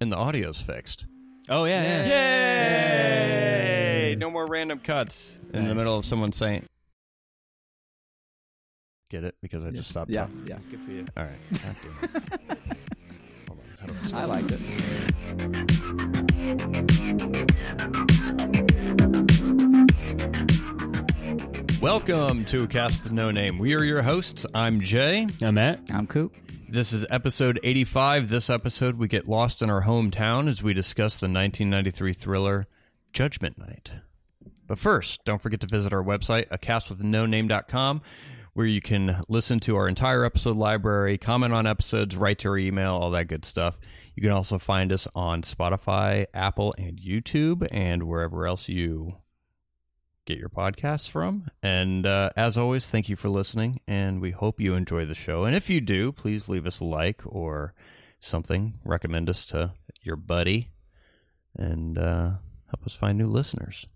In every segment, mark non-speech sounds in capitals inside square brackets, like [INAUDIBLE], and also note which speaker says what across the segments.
Speaker 1: and the audio's fixed.
Speaker 2: Oh yeah, yeah.
Speaker 1: Yay! No more random cuts in the
Speaker 2: Nice.
Speaker 1: middle of someone saying. Get it? Because I just stopped
Speaker 2: Yeah,
Speaker 1: talking.
Speaker 2: yeah. Good for you.
Speaker 1: All right. God damn it. [LAUGHS] Hold on. How do I
Speaker 2: I liked it.
Speaker 1: stop? Welcome to Cast with No Name. We are your hosts. I'm Jay.
Speaker 3: I'm Matt.
Speaker 2: I'm Coop.
Speaker 1: This is episode 85. This episode, we get lost in our hometown as we discuss the 1993 thriller Judgment Night. But first, don't forget to visit our website, acastwithnoname.com, where you can listen to our entire episode library, comment on episodes, write to our email, all that good stuff. You can also find us on Spotify, Apple, and YouTube, and wherever else you get your podcasts from. And uh, as always, thank you for listening, and we hope you enjoy the show. And if you do, please leave us a like or something. Recommend us to your buddy and uh, help us find new listeners.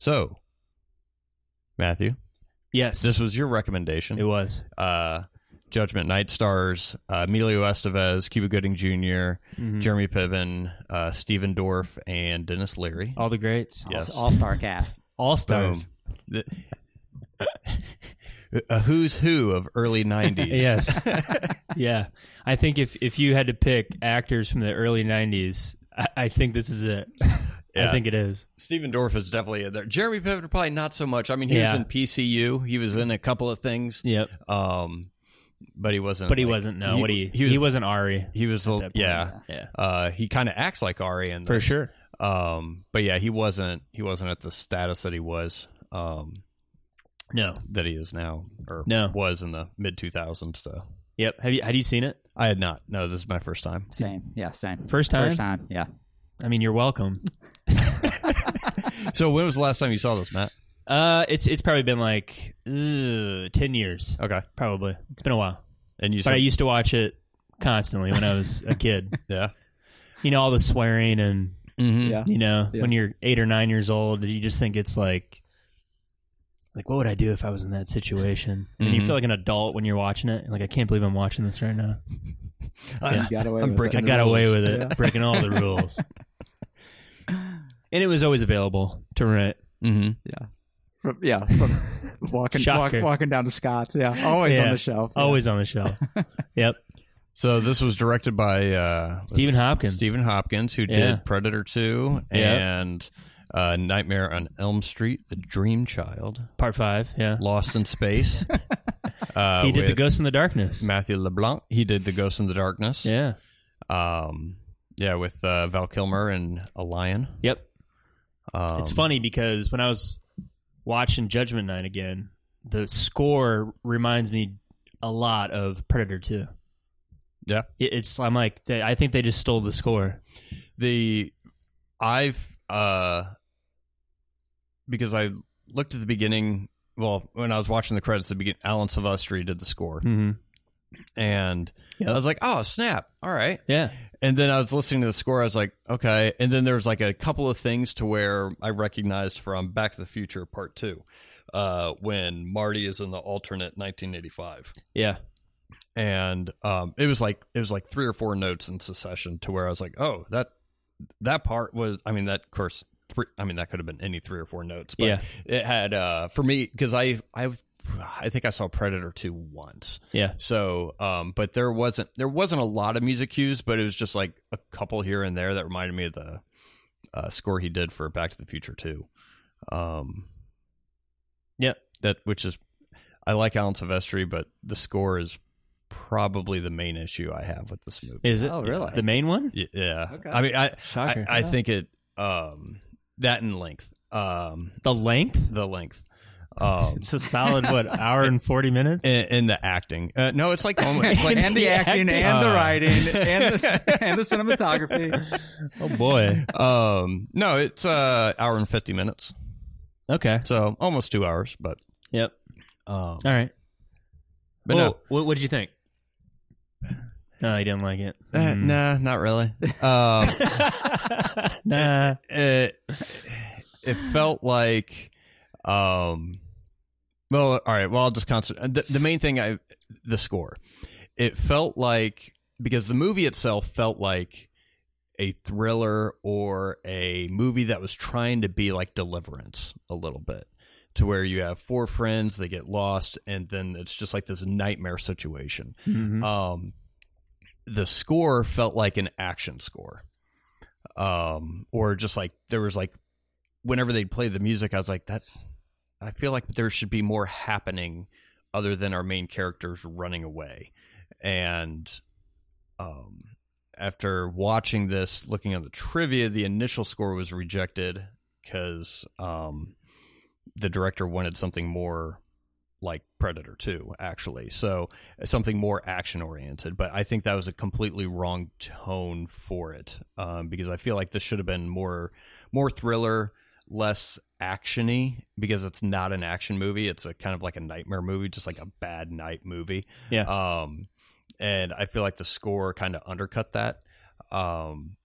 Speaker 1: So, Matthew,
Speaker 3: Yes,
Speaker 1: this was your
Speaker 3: it
Speaker 1: recommendation.
Speaker 3: was.
Speaker 1: Uh, Judgment Night stars uh, Emilio Estevez, Cuba Gooding junior
Speaker 3: Hmm. Mm-hmm.
Speaker 1: Jeremy Piven, uh, Stephen Dorff, and Dennis Leary.
Speaker 3: All the greats,
Speaker 1: Yes.
Speaker 2: All star cast.
Speaker 3: all stars.
Speaker 1: Boom. a who's who of
Speaker 3: [LAUGHS]
Speaker 1: early 90s.
Speaker 3: Yes,
Speaker 1: [LAUGHS]
Speaker 3: yeah. I think if if you had to pick actors from the early '90s, I, I think this is it.
Speaker 1: Yeah.
Speaker 3: I think it is.
Speaker 1: Stephen Dorff is definitely in there. Jeremy Piven, probably not so much. I mean, he was
Speaker 3: Yeah.
Speaker 1: in PCU. He was in a couple of things.
Speaker 3: Yep.
Speaker 1: Um, but he wasn't.
Speaker 3: But he
Speaker 1: like-
Speaker 3: wasn't. No, what he
Speaker 1: he
Speaker 3: he,
Speaker 1: was. He was,
Speaker 3: was, not Ari
Speaker 1: a-
Speaker 3: that point,
Speaker 1: yeah.
Speaker 3: yeah.
Speaker 1: Uh, he kind of acts like Ari in
Speaker 3: for
Speaker 1: this.
Speaker 3: sure.
Speaker 1: Um, but yeah, he wasn't. He wasn't at the status that he was. Um,
Speaker 3: No.
Speaker 1: that he is now, or
Speaker 3: No.
Speaker 1: was in the mid 2000s. So
Speaker 3: Yep. Have you had you seen it?
Speaker 1: I had not. No, this is my first time.
Speaker 2: Same. Yeah. Same.
Speaker 3: First time?
Speaker 2: First time. Yeah.
Speaker 3: I mean, you're welcome.
Speaker 1: so when was the last time you saw this, Matt?
Speaker 3: Uh, it's it's probably been like uh, ten years,
Speaker 1: Okay.
Speaker 3: probably. It's been a while,
Speaker 1: And you
Speaker 3: but
Speaker 1: said,
Speaker 3: I used to watch it constantly when I was
Speaker 1: [LAUGHS]
Speaker 3: a kid.
Speaker 1: yeah.
Speaker 3: You know, all the swearing and
Speaker 1: Mm-hmm.
Speaker 3: you know
Speaker 2: Yeah.
Speaker 3: when you're eight or nine years old you just think it's like like what would i do if i was in that situation and you
Speaker 1: Mhm.
Speaker 3: feel like an adult when you're watching it like i can't believe i'm watching this right now
Speaker 1: I'm,
Speaker 2: Got [LAUGHS] away
Speaker 1: I'm
Speaker 2: with
Speaker 1: breaking
Speaker 3: i
Speaker 1: the
Speaker 3: got away
Speaker 1: rules.
Speaker 3: with it
Speaker 2: Yeah.
Speaker 3: breaking all
Speaker 1: [LAUGHS]
Speaker 3: the rules and it was always available to rent
Speaker 1: Mm-hmm.
Speaker 2: From, yeah. From walking, walk,
Speaker 3: Shocker.
Speaker 2: walking down to Scott's. Yeah. Always on
Speaker 3: Yeah.
Speaker 2: the shelf. Yeah.
Speaker 3: always on
Speaker 1: [LAUGHS]
Speaker 3: the shelf yep
Speaker 1: So this was directed by uh, was
Speaker 3: Stephen
Speaker 1: it
Speaker 3: Hopkins.
Speaker 1: Stephen Hopkins, who
Speaker 3: Yeah.
Speaker 1: did Predator Two
Speaker 3: Yeah.
Speaker 1: and uh, Nightmare on Elm Street, The Dream Child,
Speaker 3: part five yeah
Speaker 1: Lost in
Speaker 3: [LAUGHS]
Speaker 1: Space. uh,
Speaker 3: he did the
Speaker 1: with
Speaker 3: ghost in the darkness
Speaker 1: Matthew LeBlanc. He did The Ghost in the Darkness.
Speaker 3: yeah
Speaker 1: Um, yeah, with uh, Val Kilmer and a lion.
Speaker 3: yep
Speaker 1: Um,
Speaker 3: it's funny because when I was watching Judgment Night again, the score reminds me a lot of Predator Two.
Speaker 1: Yeah.
Speaker 3: It- it's I'm like they, I think they just stole the score.
Speaker 1: the I've uh because I looked at the beginning. Well, when I was watching the credits, the begin Alan Silvestri did the score,
Speaker 3: Mm-hmm.
Speaker 1: and I was like, "Oh snap! All right."
Speaker 3: Yeah,
Speaker 1: And then I was listening to the score. I was like, "Okay." And then there was like a couple of things to where I recognized from Back to the Future Part Two, uh, when Marty is in the alternate 1985
Speaker 3: yeah,
Speaker 1: and um, it was like it was like three or four notes in succession to where I was like, oh, that that part was. I mean, that of course, three, I mean, that could have been any three or four notes, but
Speaker 3: Yeah.
Speaker 1: it had uh, for me because I I I think I saw Predator two once,
Speaker 3: yeah.
Speaker 1: so um, but there wasn't there wasn't a lot of music cues, but it was just like a couple here and there that reminded me of the uh, score he did for Back to the Future two. Um,
Speaker 3: Yep.
Speaker 1: that which is I like Alan Silvestri, but the score is probably the main issue I have with this movie.
Speaker 3: Is it?
Speaker 2: Oh, really?
Speaker 3: The main one?
Speaker 1: Y- yeah,
Speaker 2: Okay.
Speaker 1: I mean, I I,
Speaker 3: Shocker.
Speaker 1: I think it um that in length, um
Speaker 3: the length?
Speaker 1: the length,
Speaker 3: [LAUGHS]
Speaker 1: um
Speaker 3: It's a solid
Speaker 1: [LAUGHS]
Speaker 3: what hour and forty minutes.
Speaker 1: in, in the acting. Uh, no, it's like almost
Speaker 2: [LAUGHS]
Speaker 1: it's like
Speaker 2: [LAUGHS] and the acting, and the
Speaker 1: Uh,
Speaker 2: writing, and [LAUGHS] the, and the cinematography.
Speaker 3: oh boy.
Speaker 1: um no, it's uh hour and fifty minutes,
Speaker 3: Okay.
Speaker 1: so almost two hours, but
Speaker 3: Yep.
Speaker 1: um
Speaker 3: All right.
Speaker 1: but
Speaker 3: well,
Speaker 1: no. Uh,
Speaker 3: what what did you think? No, I didn't like it.
Speaker 1: Eh,
Speaker 3: Mm.
Speaker 1: Nah, not really. Um,
Speaker 3: nah.
Speaker 1: it, it felt like um well all right well i'll just concentrate the, the main thing i the score it felt like because the movie itself felt like a thriller or a movie that was trying to be like Deliverance a little bit, to where you have four friends, they get lost, and then it's just like this nightmare situation. Um, the score felt like an action score, um, or just like there was like whenever they'd play the music, I was like that. I feel like there should be more happening other than our main characters running away. And um, after watching this, looking at the trivia, the initial score was rejected because um, the director wanted something more like Predator 2, actually. So something more action oriented. But I think that was a completely wrong tone for it um, because I feel like this should have been more more thriller, less actiony because it's not an action movie. It's a kind of like a nightmare movie, just like a bad night movie.
Speaker 3: Yeah.
Speaker 1: Um, and I feel like the score kind of undercut that. Um,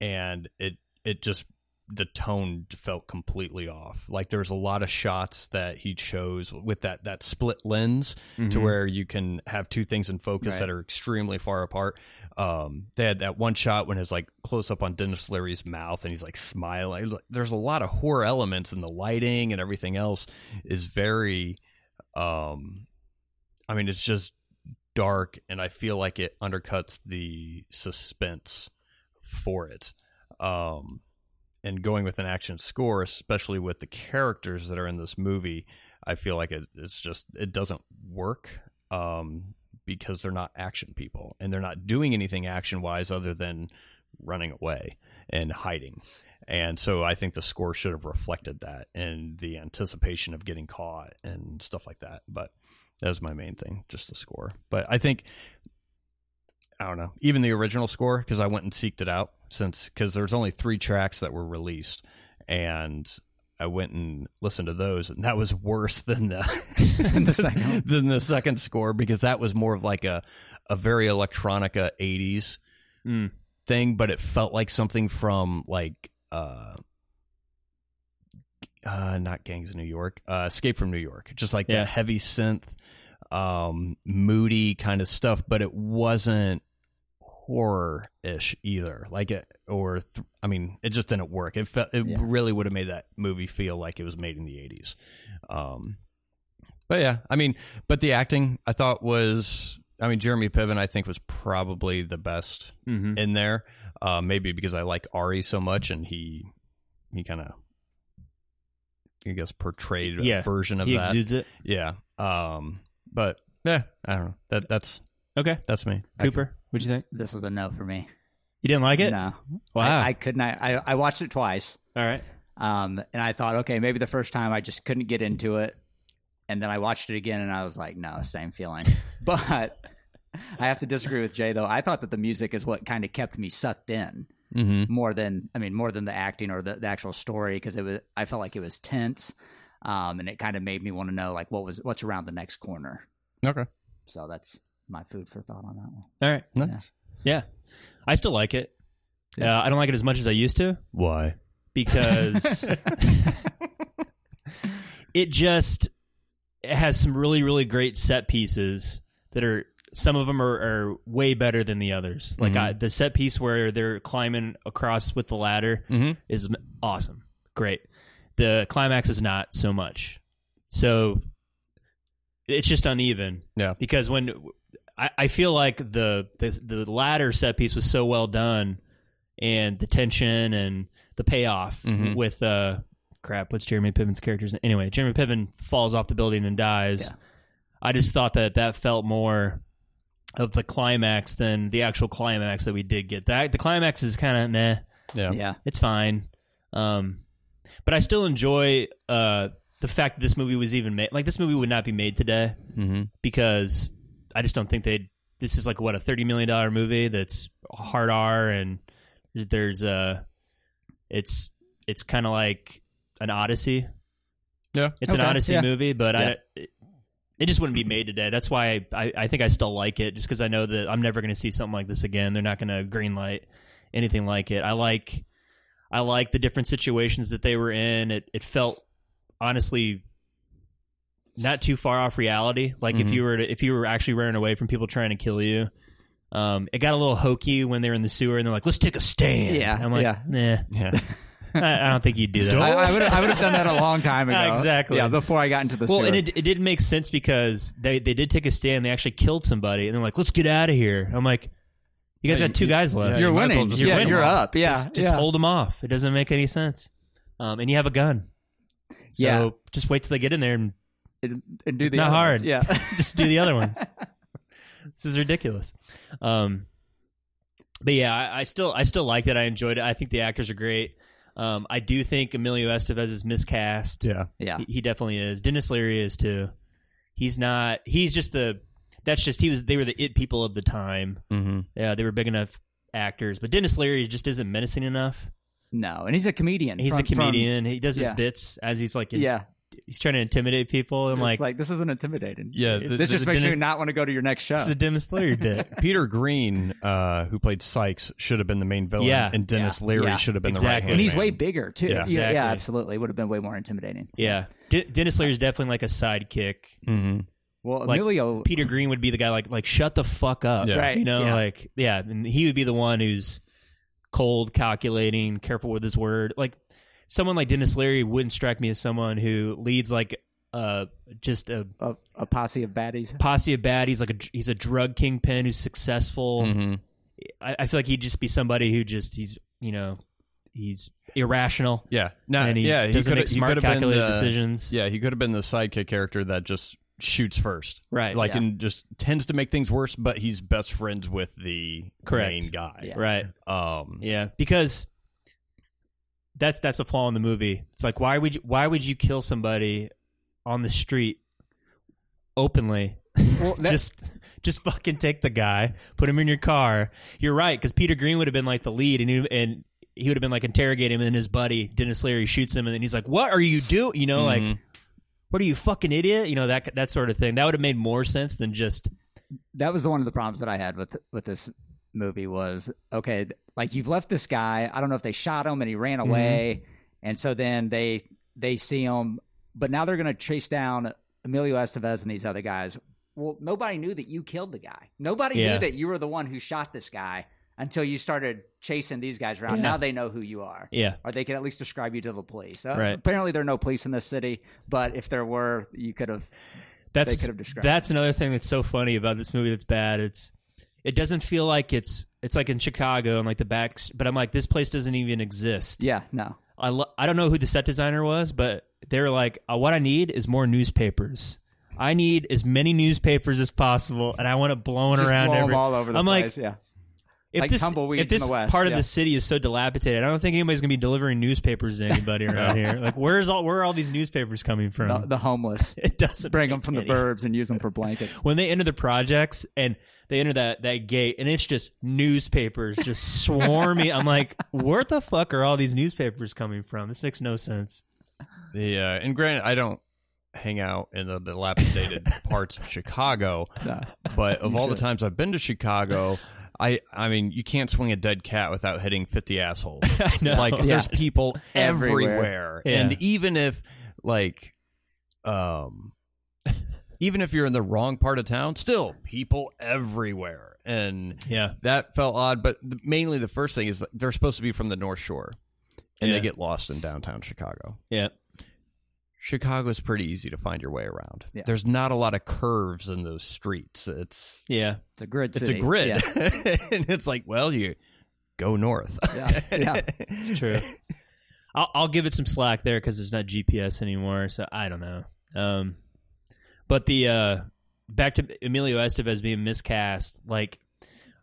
Speaker 1: and it it just the tone felt completely off. Like there was a lot of shots that he chose with that that split lens
Speaker 3: Mm-hmm.
Speaker 1: to where you can have two things in focus
Speaker 2: Right.
Speaker 1: that are extremely far apart. Um, they had that one shot when it's like close up on Dennis Leary's mouth and he's like smiling. Like, There's a lot of horror elements and the lighting and everything else is very, um, I mean, it's just dark and I feel like it undercuts the suspense for it. Um, and going with an action score, especially with the characters that are in this movie, I feel like it, it's just it doesn't work um, because they're not action people and they're not doing anything action wise other than running away and hiding. And so I think the score should have reflected that and the anticipation of getting caught and stuff like that. But that was my main thing, just the score. But I think I don't know, even the original score because I went and seeked it out since because there's only three tracks that were released, and I went and listened to those, and that was worse than the [LAUGHS]
Speaker 2: [LAUGHS] Than the second one.
Speaker 1: than the second score because that was more of like a a very electronica '80s
Speaker 2: Hmm.
Speaker 3: Mm.
Speaker 1: thing, but it felt like something from like uh uh not Gangs of New York, uh Escape from New York, just like
Speaker 3: Yeah.
Speaker 1: that heavy synth, um, moody kind of stuff, but it wasn't horror ish either. Like it or th- I mean, it just didn't work. It felt it
Speaker 2: Yeah.
Speaker 1: really would have made that movie feel like it was made in the eighties. Um, but yeah, I mean, but the acting I thought was, I mean, Jeremy Piven I think was probably the best
Speaker 3: Mm-hmm.
Speaker 1: in there. Uh, maybe because I like Ari so much, and he he kind of I guess portrayed a
Speaker 3: Yeah,
Speaker 1: version of
Speaker 3: He
Speaker 1: that.
Speaker 3: exudes it.
Speaker 1: yeah. Um. But yeah, I don't know. That that's
Speaker 3: Okay,
Speaker 1: that's me. I
Speaker 3: Cooper, what'd you think?
Speaker 2: This was a no for me.
Speaker 3: You didn't like it?
Speaker 2: No,
Speaker 3: Wow.
Speaker 2: I, I couldn't. I, I I watched it twice.
Speaker 3: All right.
Speaker 2: Um, and I thought, okay, maybe the first time I just couldn't get into it, and then I watched it again, and I was like, no, same feeling. [LAUGHS] but I have to disagree with Jay though. I thought that the music is what kind of kept me sucked in
Speaker 1: can- Mhm.
Speaker 3: Mm-hmm.
Speaker 2: more than I mean, more than the acting or the, the actual story because it was. I felt like it was tense, um, and it kind of made me want to know like what was what's around the next corner.
Speaker 1: Okay.
Speaker 2: So that's my food for thought on that one.
Speaker 3: All right.
Speaker 1: Nice.
Speaker 3: Yeah. I still like it.
Speaker 2: Yeah.
Speaker 3: Uh, I don't like it as much as I used to
Speaker 1: Why?
Speaker 3: because it just it has some really really great set pieces that are some of them are, are way better than the others. Like I, the set piece where they're climbing across with the ladder
Speaker 1: Mm-hmm.
Speaker 3: is m- awesome, great. The climax is not so much. So it's just uneven
Speaker 1: Yeah.
Speaker 3: because when I, I feel like the, the the latter set piece was so well done and the tension and the payoff
Speaker 1: Mhm.
Speaker 3: with uh crap what's Jeremy Piven's character's name? anyway Jeremy Piven falls off the building and dies
Speaker 2: Yeah.
Speaker 3: I just thought that that felt more of the climax than the actual climax that we did get that the climax is kind of meh
Speaker 1: Yeah.
Speaker 2: Yeah,
Speaker 3: it's fine. Um, but I still enjoy uh, the fact that this movie was even made. Like this movie would not be made today
Speaker 1: Mm-hmm.
Speaker 3: because I just don't think they. This is like what a thirty million dollar movie that's hard R and there's a. It's it's kind of like an Odyssey.
Speaker 1: Yeah.
Speaker 3: It's an
Speaker 2: Okay,
Speaker 3: Odyssey
Speaker 2: yeah.
Speaker 3: movie, but
Speaker 1: Yeah.
Speaker 3: I. It just wouldn't be made today. That's why I, I, I think I still like it, just because I know that I'm never going to see something like this again. They're not going to greenlight anything like it. I like, I like the different situations that they were in. It it felt honestly not too far off reality. Like if
Speaker 1: Mhm.
Speaker 2: Mm-hmm.
Speaker 3: you were to, if you were actually running away from people trying to kill you, Um, it got a little hokey when they were in the sewer and they're like, "Let's take a stand."
Speaker 2: Yeah,
Speaker 3: I'm like,
Speaker 2: yeah.
Speaker 3: "Nah,
Speaker 1: Yeah.
Speaker 3: I, I don't
Speaker 2: [LAUGHS]
Speaker 3: think you'd do that."
Speaker 2: I, I would I would have done that a long
Speaker 3: [LAUGHS]
Speaker 2: time ago.
Speaker 3: Exactly.
Speaker 2: Yeah, before I got into the
Speaker 3: well,
Speaker 2: sewer.
Speaker 3: and it, it did make sense because they, they did take a stand. They actually killed somebody, and they're like, "Let's get out of here." I'm like, "You guys
Speaker 1: Yeah,
Speaker 3: got two
Speaker 1: you-
Speaker 3: guys left.
Speaker 1: you
Speaker 2: you're
Speaker 1: might as well
Speaker 2: winning.
Speaker 1: just
Speaker 2: yeah,
Speaker 1: win
Speaker 2: you're
Speaker 1: them all.
Speaker 2: up. Yeah,
Speaker 3: just, just
Speaker 2: yeah.
Speaker 3: hold them off. It doesn't make any sense. Um, and you have a gun. So
Speaker 2: Yeah.
Speaker 3: just wait till they get in there and [LAUGHS]
Speaker 2: And- and do
Speaker 3: it's
Speaker 2: the
Speaker 3: not
Speaker 2: other ones.
Speaker 3: hard.
Speaker 2: Yeah.
Speaker 3: [LAUGHS]
Speaker 2: [LAUGHS]
Speaker 3: just do the other ones. This is ridiculous. Um, but yeah, I, I still I still liked it. I enjoyed it. I think the actors are great. Um, I do think Emilio Estevez is
Speaker 1: [LAUGHS]
Speaker 3: miscast.
Speaker 1: Yeah.
Speaker 2: Yeah.
Speaker 3: He, he definitely is. Dennis Leary is too. He's not. He's just the. That's just he was. They were the it people of the time.
Speaker 1: Mm-hmm.
Speaker 3: Yeah, they were big enough actors, but Dennis Leary just isn't menacing enough.
Speaker 2: No, and he's a comedian.
Speaker 3: He's
Speaker 2: from-
Speaker 3: a comedian. he does his
Speaker 2: yeah.
Speaker 3: bits as he's like.
Speaker 2: From,
Speaker 3: in-
Speaker 2: yeah.
Speaker 3: He's trying to intimidate people. I'm
Speaker 2: It's
Speaker 3: like,
Speaker 2: like, this isn't intimidating.
Speaker 1: Yeah, this-
Speaker 2: This, just
Speaker 1: this
Speaker 2: makes
Speaker 1: didn't-
Speaker 2: you not want to go to your next show.
Speaker 3: it's a Dennis
Speaker 2: [LAUGHS]
Speaker 3: Leary bit.
Speaker 1: Peter Green, uh, who played Sykes, should have been the main villain,
Speaker 3: Yeah.
Speaker 1: and Dennis
Speaker 2: Yeah.
Speaker 1: Leary
Speaker 3: Yeah.
Speaker 1: should have been
Speaker 3: Exactly.
Speaker 1: the right.
Speaker 2: and he's way bigger too.
Speaker 1: Yeah.
Speaker 2: Yeah, yeah,
Speaker 3: Exactly.
Speaker 2: absolutely. Would have been way more intimidating.
Speaker 3: Yeah, D- Dennis Leary's definitely like a sidekick.
Speaker 1: Mm-hmm.
Speaker 2: Well,
Speaker 3: Like,
Speaker 2: Emilio,
Speaker 3: Peter Green would be the guy like like shut the fuck up,
Speaker 1: Yeah.
Speaker 2: Right,
Speaker 3: You know,
Speaker 2: yeah.
Speaker 3: like yeah, and he would be the one who's cold, calculating, careful with his word. Like someone like Dennis Leary wouldn't strike me as someone who leads like uh just a
Speaker 2: a, a posse of baddies.
Speaker 3: posse of baddies. Like a, dr- he's a drug kingpin who's successful.
Speaker 1: Mm-hmm.
Speaker 3: I, I feel like he'd just be somebody who just he's you know he's irrational
Speaker 1: Yeah. No.
Speaker 3: and he
Speaker 1: yeah. He
Speaker 3: doesn't
Speaker 1: could have
Speaker 3: make smart,
Speaker 1: been
Speaker 3: calculated
Speaker 1: the,
Speaker 3: decisions.
Speaker 1: Yeah, he could have been the sidekick character that just shoots first,
Speaker 3: Right.
Speaker 1: like
Speaker 2: Yeah.
Speaker 1: and just tends to make things worse. But he's best friends with the
Speaker 3: Correct.
Speaker 1: main guy.
Speaker 2: Yeah.
Speaker 3: Right.
Speaker 1: Um.
Speaker 3: Yeah, because that's that's a flaw in the movie. It's like why would you, why would you kill somebody on the street openly?
Speaker 2: Well, that-
Speaker 3: just just fucking take the guy, put him in your car. You're right because Peter Green would have been like the lead, and he, and he would have been like interrogate him, and then his buddy Dennis Leary shoots him, and then he's like, "What are you doing?" You know, like.
Speaker 2: Mm-hmm.
Speaker 1: Mhm.
Speaker 3: What are you fucking idiot? You know that that sort of thing. That would have made more sense than just
Speaker 2: that was the one of the problems that I had with with this movie was okay, like you've left this guy. I don't know if they shot him and he ran
Speaker 3: Mm-hmm.
Speaker 2: away, and so then they they see him, but now they're gonna chase down Emilio Estevez and these other guys. Well, nobody knew that you killed the guy. Nobody
Speaker 3: Yeah.
Speaker 2: knew that you were the one who shot this guy until you started chasing these guys around.
Speaker 3: Yeah.
Speaker 2: Now they know who you are.
Speaker 3: yeah
Speaker 2: Or they can at least describe you to the police. Uh,
Speaker 3: Right.
Speaker 2: Apparently, there are no police in this city, but if there were, you could have.
Speaker 3: that's
Speaker 2: they could have described
Speaker 3: that's another thing that's so funny about this movie that's bad it's it doesn't feel like it's it's like in chicago and like the back but i'm like this place doesn't even exist
Speaker 2: Yeah, no.
Speaker 3: i, lo- I don't know who the set designer was but they were like uh, what i need is more newspapers i need as many newspapers as possible and i want it blown
Speaker 2: Just
Speaker 3: around
Speaker 2: blow 'em
Speaker 3: every-
Speaker 2: all over the
Speaker 3: i'm
Speaker 2: place.
Speaker 3: like
Speaker 2: yeah.
Speaker 3: if
Speaker 2: Like
Speaker 3: this,
Speaker 2: tumbleweeds
Speaker 3: if this
Speaker 2: in the West,
Speaker 3: part of
Speaker 2: yeah.
Speaker 3: the city is so dilapidated, I don't think anybody's gonna be
Speaker 2: [LAUGHS]
Speaker 3: delivering newspapers to anybody around here. Like, where's all where are all these newspapers coming from?
Speaker 2: the, the homeless.
Speaker 3: [LAUGHS] it doesn't
Speaker 2: Bring them
Speaker 3: make
Speaker 2: from the
Speaker 3: any
Speaker 2: burbs and use them for
Speaker 3: [LAUGHS]
Speaker 2: blankets.
Speaker 3: when they enter the projects and they enter that that gate and it's just newspapers
Speaker 1: [LAUGHS]
Speaker 3: just swarming. I'm like, where the fuck are all these newspapers coming from? This makes no sense.
Speaker 1: Yeah, and granted, I don't hang out in the dilapidated parts of Chicago,
Speaker 2: No.
Speaker 1: but of
Speaker 2: You
Speaker 1: all the
Speaker 2: should.
Speaker 1: times I've been to Chicago, I I mean, you can't swing a dead cat without hitting fifty assholes.
Speaker 3: I know.
Speaker 1: Like
Speaker 2: Yeah.
Speaker 1: there's people everywhere,
Speaker 2: Everywhere.
Speaker 1: and
Speaker 3: Yeah.
Speaker 1: even if like, um, even if you're in the wrong part of town, still people everywhere, and
Speaker 3: yeah,
Speaker 1: that felt odd. But th- mainly the first thing is that they're supposed to be from the North Shore, and
Speaker 3: Yeah.
Speaker 1: they get lost in downtown Chicago.
Speaker 3: yeah,
Speaker 1: Chicago's pretty easy to find your way around.
Speaker 2: Yeah.
Speaker 1: There's not a lot of curves in those streets. It's
Speaker 3: yeah.
Speaker 2: It's a grid
Speaker 1: it's
Speaker 2: city.
Speaker 1: a grid,
Speaker 3: [LAUGHS]
Speaker 2: Yeah.
Speaker 1: [LAUGHS] and it's like, well, you go north.
Speaker 2: Yeah. yeah.
Speaker 3: It's true. [LAUGHS] I'll, I'll give it some slack there because there's not GPS anymore. So I don't know. Um, but the uh, back to Emilio Estevez being miscast. Like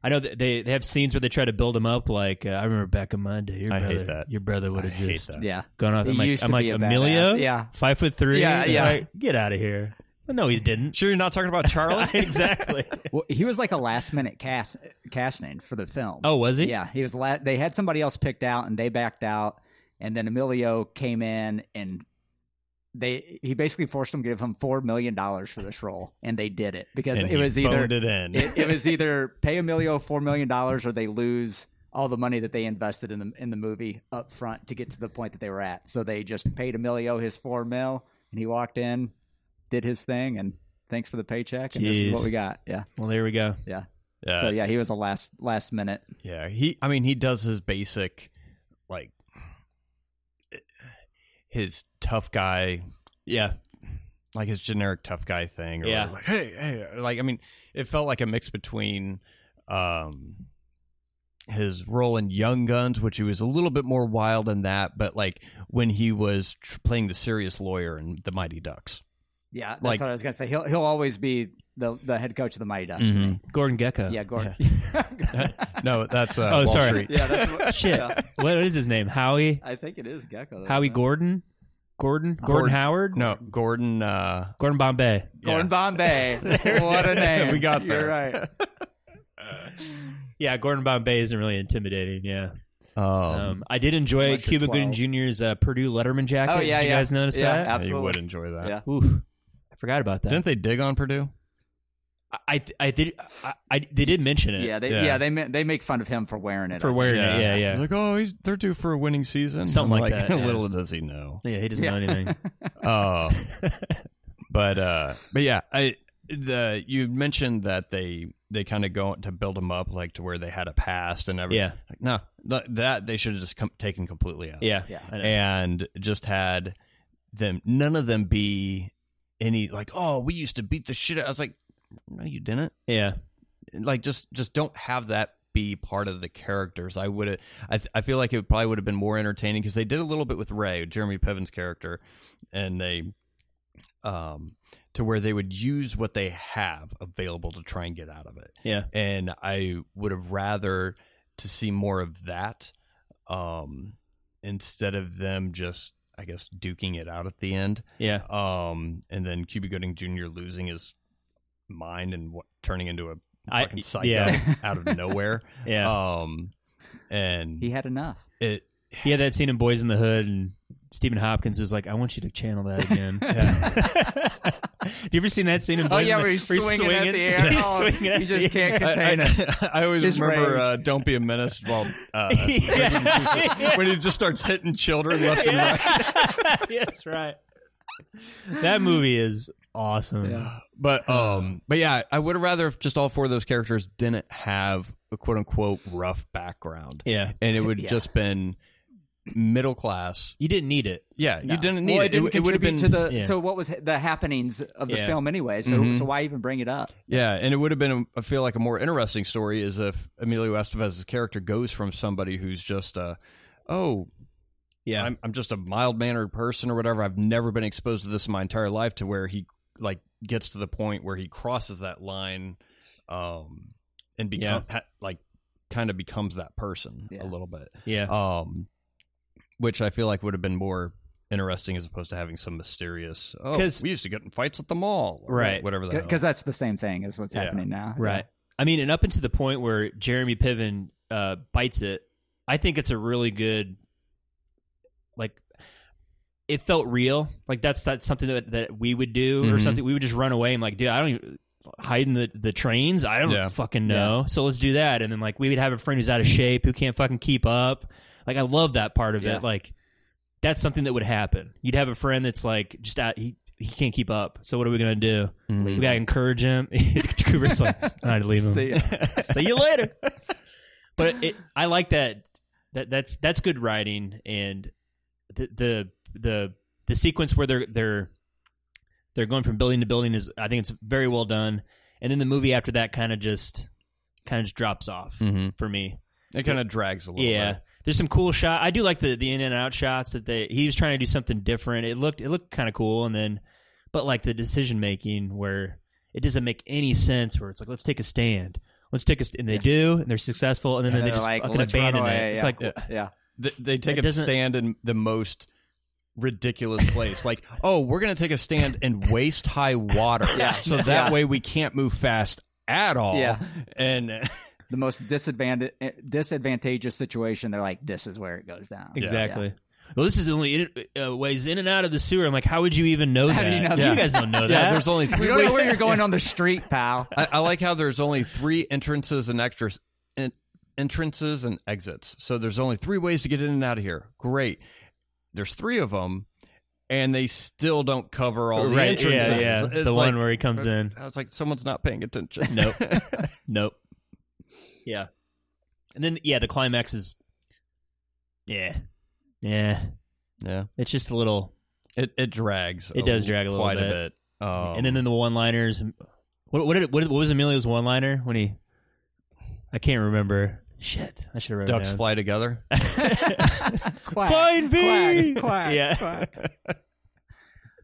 Speaker 3: I know that they they have scenes where they try to build him up. Like uh, I remember back in my day, your
Speaker 1: I hate
Speaker 3: brother,
Speaker 1: that.
Speaker 3: your brother would
Speaker 1: I
Speaker 3: have
Speaker 1: hate
Speaker 3: just
Speaker 1: that.
Speaker 2: Yeah.
Speaker 3: gone off.
Speaker 2: He
Speaker 3: I'm like,
Speaker 2: used to
Speaker 3: I'm like
Speaker 2: be a
Speaker 3: Emilio,
Speaker 2: badass. Yeah.
Speaker 3: five foot three.
Speaker 2: Yeah, yeah.
Speaker 3: Like, get out of here. Well, no,
Speaker 2: [LAUGHS]
Speaker 3: he didn't.
Speaker 1: Sure, you're not talking about Charlie.
Speaker 3: [LAUGHS]
Speaker 1: [LAUGHS]
Speaker 3: exactly.
Speaker 2: Well, he was like a last minute cast casting for the film.
Speaker 3: Oh, was he?
Speaker 2: yeah. He was. La- they had somebody else picked out, and they backed out, and then Emilio came in and. They he basically forced them to give him four million dollars for this role, and they did it because
Speaker 1: And
Speaker 2: it
Speaker 1: he
Speaker 2: was either
Speaker 1: phoned it in.
Speaker 2: it, it was either pay Emilio four million dollars or they lose all the money that they invested in the in the movie up front to get to the point that they were at. So they just paid Emilio his four mil, and he walked in, did his thing, and thanks for the paycheck, and this
Speaker 3: Jeez.
Speaker 2: is what we got. Yeah,
Speaker 3: Well, there we go.
Speaker 2: yeah.
Speaker 1: Yeah.
Speaker 2: so yeah, he was a last last minute.
Speaker 1: Yeah, he. I mean, he does his basic, like, his tough guy,
Speaker 3: Yeah,
Speaker 1: like his generic tough guy thing. Or
Speaker 3: Yeah.
Speaker 1: Like, hey, hey. Like, I mean, it felt like a mix between, um, his role in Young Guns, which he was a little bit more wild in that, but like when he was tr- playing the serious lawyer in The Mighty Ducks.
Speaker 2: Yeah, that's
Speaker 1: Like-
Speaker 2: what I was gonna say. He'll he'll always be the the head coach of the Mighty Ducks.
Speaker 1: Mm-hmm.
Speaker 2: to me.
Speaker 3: Gordon Gecko.
Speaker 2: Mm-hmm. Yeah, Gordon.
Speaker 1: No, that's uh,
Speaker 3: [LAUGHS] Oh,
Speaker 1: Wall
Speaker 3: sorry.
Speaker 1: Street.
Speaker 2: [LAUGHS] yeah, that's
Speaker 1: [LAUGHS]
Speaker 2: what,
Speaker 3: Shit.
Speaker 2: yeah.
Speaker 3: what is his name? Howie.
Speaker 2: I think it is Gecko. that's
Speaker 3: Howie
Speaker 2: right.
Speaker 3: Gordon. Gordon. Gordon,
Speaker 1: Gordon-
Speaker 3: Howard.
Speaker 1: No, Gordon. Uh,
Speaker 3: Gordon Bombay.
Speaker 1: [LAUGHS]
Speaker 2: Gordon Bombay. what a name.
Speaker 1: We got there.
Speaker 2: You're right.
Speaker 3: Yeah, Gordon Bombay isn't really intimidating. Yeah. Um,
Speaker 1: um,
Speaker 3: I did enjoy
Speaker 2: unless you're
Speaker 3: Cuba Gooding Jr.'s uh, Purdue Letterman jacket.
Speaker 2: Oh, yeah,
Speaker 3: Did you
Speaker 2: yeah.
Speaker 3: guys notice
Speaker 2: Yeah,
Speaker 3: that?
Speaker 1: you
Speaker 2: absolutely.
Speaker 1: would enjoy that.
Speaker 2: Yeah.
Speaker 3: Ooh, I forgot about that.
Speaker 1: Didn't they dig on Purdue?
Speaker 3: I, I, I did. I, I, they did mention it.
Speaker 2: Yeah, they
Speaker 1: Yeah.
Speaker 2: yeah, they ma- they make fun of him for wearing it.
Speaker 3: for wearing it. Yeah, yeah.
Speaker 1: He's like, oh, he's they're due for a winning season.
Speaker 3: Something
Speaker 1: I'm
Speaker 3: like
Speaker 1: [LAUGHS]
Speaker 3: that, yeah.
Speaker 1: Little does he know.
Speaker 3: Yeah, he doesn't
Speaker 2: Yeah. [LAUGHS]
Speaker 3: know anything.
Speaker 1: Oh,
Speaker 3: [LAUGHS]
Speaker 1: but uh, but yeah, I the you mentioned that they they kind of go to build him up like to where they had a past and everything.
Speaker 3: yeah,
Speaker 1: Like, no, th- that they should have just come, taken completely out.
Speaker 3: yeah,
Speaker 2: Yeah.
Speaker 3: I know.
Speaker 1: and just had them none of them be any like oh we used to beat the shit out. I was like no you didn't
Speaker 3: yeah.
Speaker 1: like just just don't have that be part of the characters. I would I th- I feel like it probably would have been more entertaining because they did a little bit with Ray, Jeremy Piven's character, and they um to where they would use what they have available to try and get out of it.
Speaker 3: Yeah.
Speaker 1: And I would have rather to see more of that um instead of them just I guess duking it out at the end
Speaker 3: Yeah,
Speaker 1: um, and then Cuba Gooding Jr. losing his mind and what, turning into a
Speaker 3: I-
Speaker 1: fucking psycho
Speaker 3: yeah.
Speaker 1: [LAUGHS] out of
Speaker 2: [LAUGHS]
Speaker 1: nowhere.
Speaker 3: yeah,
Speaker 1: Um, and
Speaker 2: He had enough.
Speaker 1: it,
Speaker 2: [LAUGHS]
Speaker 3: he had that scene in Boys in the Hood, and Stephen Hopkins was like, "I want you to channel that [LAUGHS] again." [LAUGHS] you ever seen that scene in
Speaker 2: Oh
Speaker 3: Boys?
Speaker 2: yeah,
Speaker 3: in the,
Speaker 2: where he's swinging, at
Speaker 3: [LAUGHS]
Speaker 2: the air.
Speaker 3: He's
Speaker 2: Oh,
Speaker 3: swinging at
Speaker 2: you
Speaker 3: the
Speaker 2: just can't
Speaker 3: [LAUGHS] air.
Speaker 2: contain it.
Speaker 1: I, [LAUGHS] I always
Speaker 2: His
Speaker 1: remember
Speaker 2: rage.
Speaker 1: uh, "Don't Be a Menace"
Speaker 2: [LAUGHS]
Speaker 1: while uh,
Speaker 3: Yeah.
Speaker 1: when he just starts hitting children left and right.
Speaker 3: Yeah, [LAUGHS] That's right. That movie is awesome.
Speaker 2: Yeah.
Speaker 1: But
Speaker 2: Uh.
Speaker 1: um, but yeah, I would have rather if just all four of those characters didn't have a quote unquote rough background,
Speaker 3: Yeah.
Speaker 1: and it would
Speaker 2: Yeah.
Speaker 1: just been middle class.
Speaker 3: You didn't need it.
Speaker 1: Yeah,
Speaker 2: No.
Speaker 1: you didn't need
Speaker 2: well,
Speaker 1: it.
Speaker 2: didn't
Speaker 1: it would have been
Speaker 2: contribute to the
Speaker 3: Yeah.
Speaker 2: to what was ha- the happenings of the
Speaker 3: Yeah.
Speaker 2: film anyway. So
Speaker 1: Mhm.
Speaker 2: so why even bring it up?
Speaker 1: Yeah, and it would have been, a, I feel like, a more interesting story is if Emilio Estevez's character goes from somebody who's just a, oh,
Speaker 3: Yeah.
Speaker 1: I'm, I'm just a mild mannered person or whatever. I've never been exposed to this in my entire life to where he like gets to the point where he crosses that line, um, and become ha- like kind of becomes that person
Speaker 2: Yeah.
Speaker 1: a little bit,
Speaker 3: yeah.
Speaker 1: um, which I feel like would have been more interesting as opposed to having some mysterious. Oh,
Speaker 3: 'Cause-
Speaker 1: we used to get in fights at the mall, or
Speaker 3: Right.
Speaker 1: Whatever that.
Speaker 2: Because that's the same thing as what's
Speaker 1: Yeah.
Speaker 2: happening now.
Speaker 3: Right. I mean, and up into the point where Jeremy Piven uh, bites it, I think it's a really good, like, it felt real. Like that's that's something that that we would do or
Speaker 1: Mhm.
Speaker 3: something. We would just run away and like, dude, I don't even hide in the, the trains. I don't
Speaker 1: Yeah.
Speaker 3: fucking know. So let's do that. And then like we would have a friend who's out of shape who can't fucking keep up. Like I love that part of
Speaker 2: Yeah.
Speaker 3: it. Like that's something that would happen. You'd have a friend that's like just out. He he can't keep up. So what are we gonna do? We gotta encourage him. [LAUGHS] Cooper's like, all right, leave him.
Speaker 2: See ya.
Speaker 3: [LAUGHS] See you later. But it, I like that. That that's that's good writing, and the the the the sequence where they're they're they're going from building to building is I think it's very well done. And then the movie after that kind of just kind of just drops off
Speaker 1: Mm-hmm.
Speaker 3: for me.
Speaker 1: It kind of drags a little
Speaker 3: Yeah.
Speaker 1: bit.
Speaker 3: There's some cool shot. I do like the the in and out shots that they he was trying to do something different. It looked it looked kind of cool and then but like the decision making where it doesn't make any sense where it's like let's take a stand. Let's take a st-, and they do and they're successful and then,
Speaker 2: And
Speaker 3: they
Speaker 2: they're
Speaker 3: just
Speaker 2: like,
Speaker 3: fucking
Speaker 2: "Let's run
Speaker 3: abandon
Speaker 2: away,"
Speaker 3: it. It's
Speaker 2: yeah.
Speaker 1: [LAUGHS]
Speaker 3: like
Speaker 2: Yeah.
Speaker 1: They, they take
Speaker 3: It
Speaker 1: a
Speaker 3: doesn't-
Speaker 1: stand in the most ridiculous place. like, [LAUGHS] oh, we're going to take a stand in waist high water.
Speaker 2: Yeah.
Speaker 1: So that
Speaker 2: Yeah.
Speaker 1: way we can't move fast at all.
Speaker 2: Yeah.
Speaker 1: And
Speaker 2: The most disadvantage disadvantageous situation. They're like, this is where it goes down.
Speaker 3: exactly. Well, this is the only in, uh, ways in and out of the sewer. I'm like, how would you even know
Speaker 2: How
Speaker 3: that?
Speaker 2: do you know
Speaker 3: you
Speaker 2: that?
Speaker 3: guys
Speaker 2: [LAUGHS]
Speaker 3: don't
Speaker 1: [LAUGHS]
Speaker 3: know
Speaker 1: yeah,
Speaker 3: that.
Speaker 1: there's [LAUGHS] only
Speaker 2: We
Speaker 1: three.
Speaker 2: don't know [LAUGHS] where you're going on the street, pal.
Speaker 1: I, I like how there's only three entrances and extras. En- entrances and exits. So there's only three ways to get in and out of here. Great. There's three of them, and they still don't cover all the
Speaker 3: right?
Speaker 1: entrances.
Speaker 3: Yeah, yeah.
Speaker 1: It's
Speaker 3: the
Speaker 1: like-
Speaker 3: one where he comes in.
Speaker 1: [LAUGHS] I was like, someone's not paying attention.
Speaker 3: Nope. nope. Yeah. And then yeah, the climax is yeah. [LAUGHS] Yeah.
Speaker 1: Yeah,
Speaker 3: It's just a little
Speaker 1: it it drags.
Speaker 3: It does drag a little
Speaker 1: quite a
Speaker 3: bit.
Speaker 1: bit. Um,
Speaker 3: and then in the one-liners what what, did, what what was Emilio's one-liner when he I can't remember. Shit. I should have wrote
Speaker 1: ducks
Speaker 3: it down.
Speaker 1: fly
Speaker 3: [LAUGHS]
Speaker 1: together.
Speaker 2: Quack,
Speaker 3: Fine bee!
Speaker 2: Quack, quack,
Speaker 3: Yeah.
Speaker 2: quack. [LAUGHS]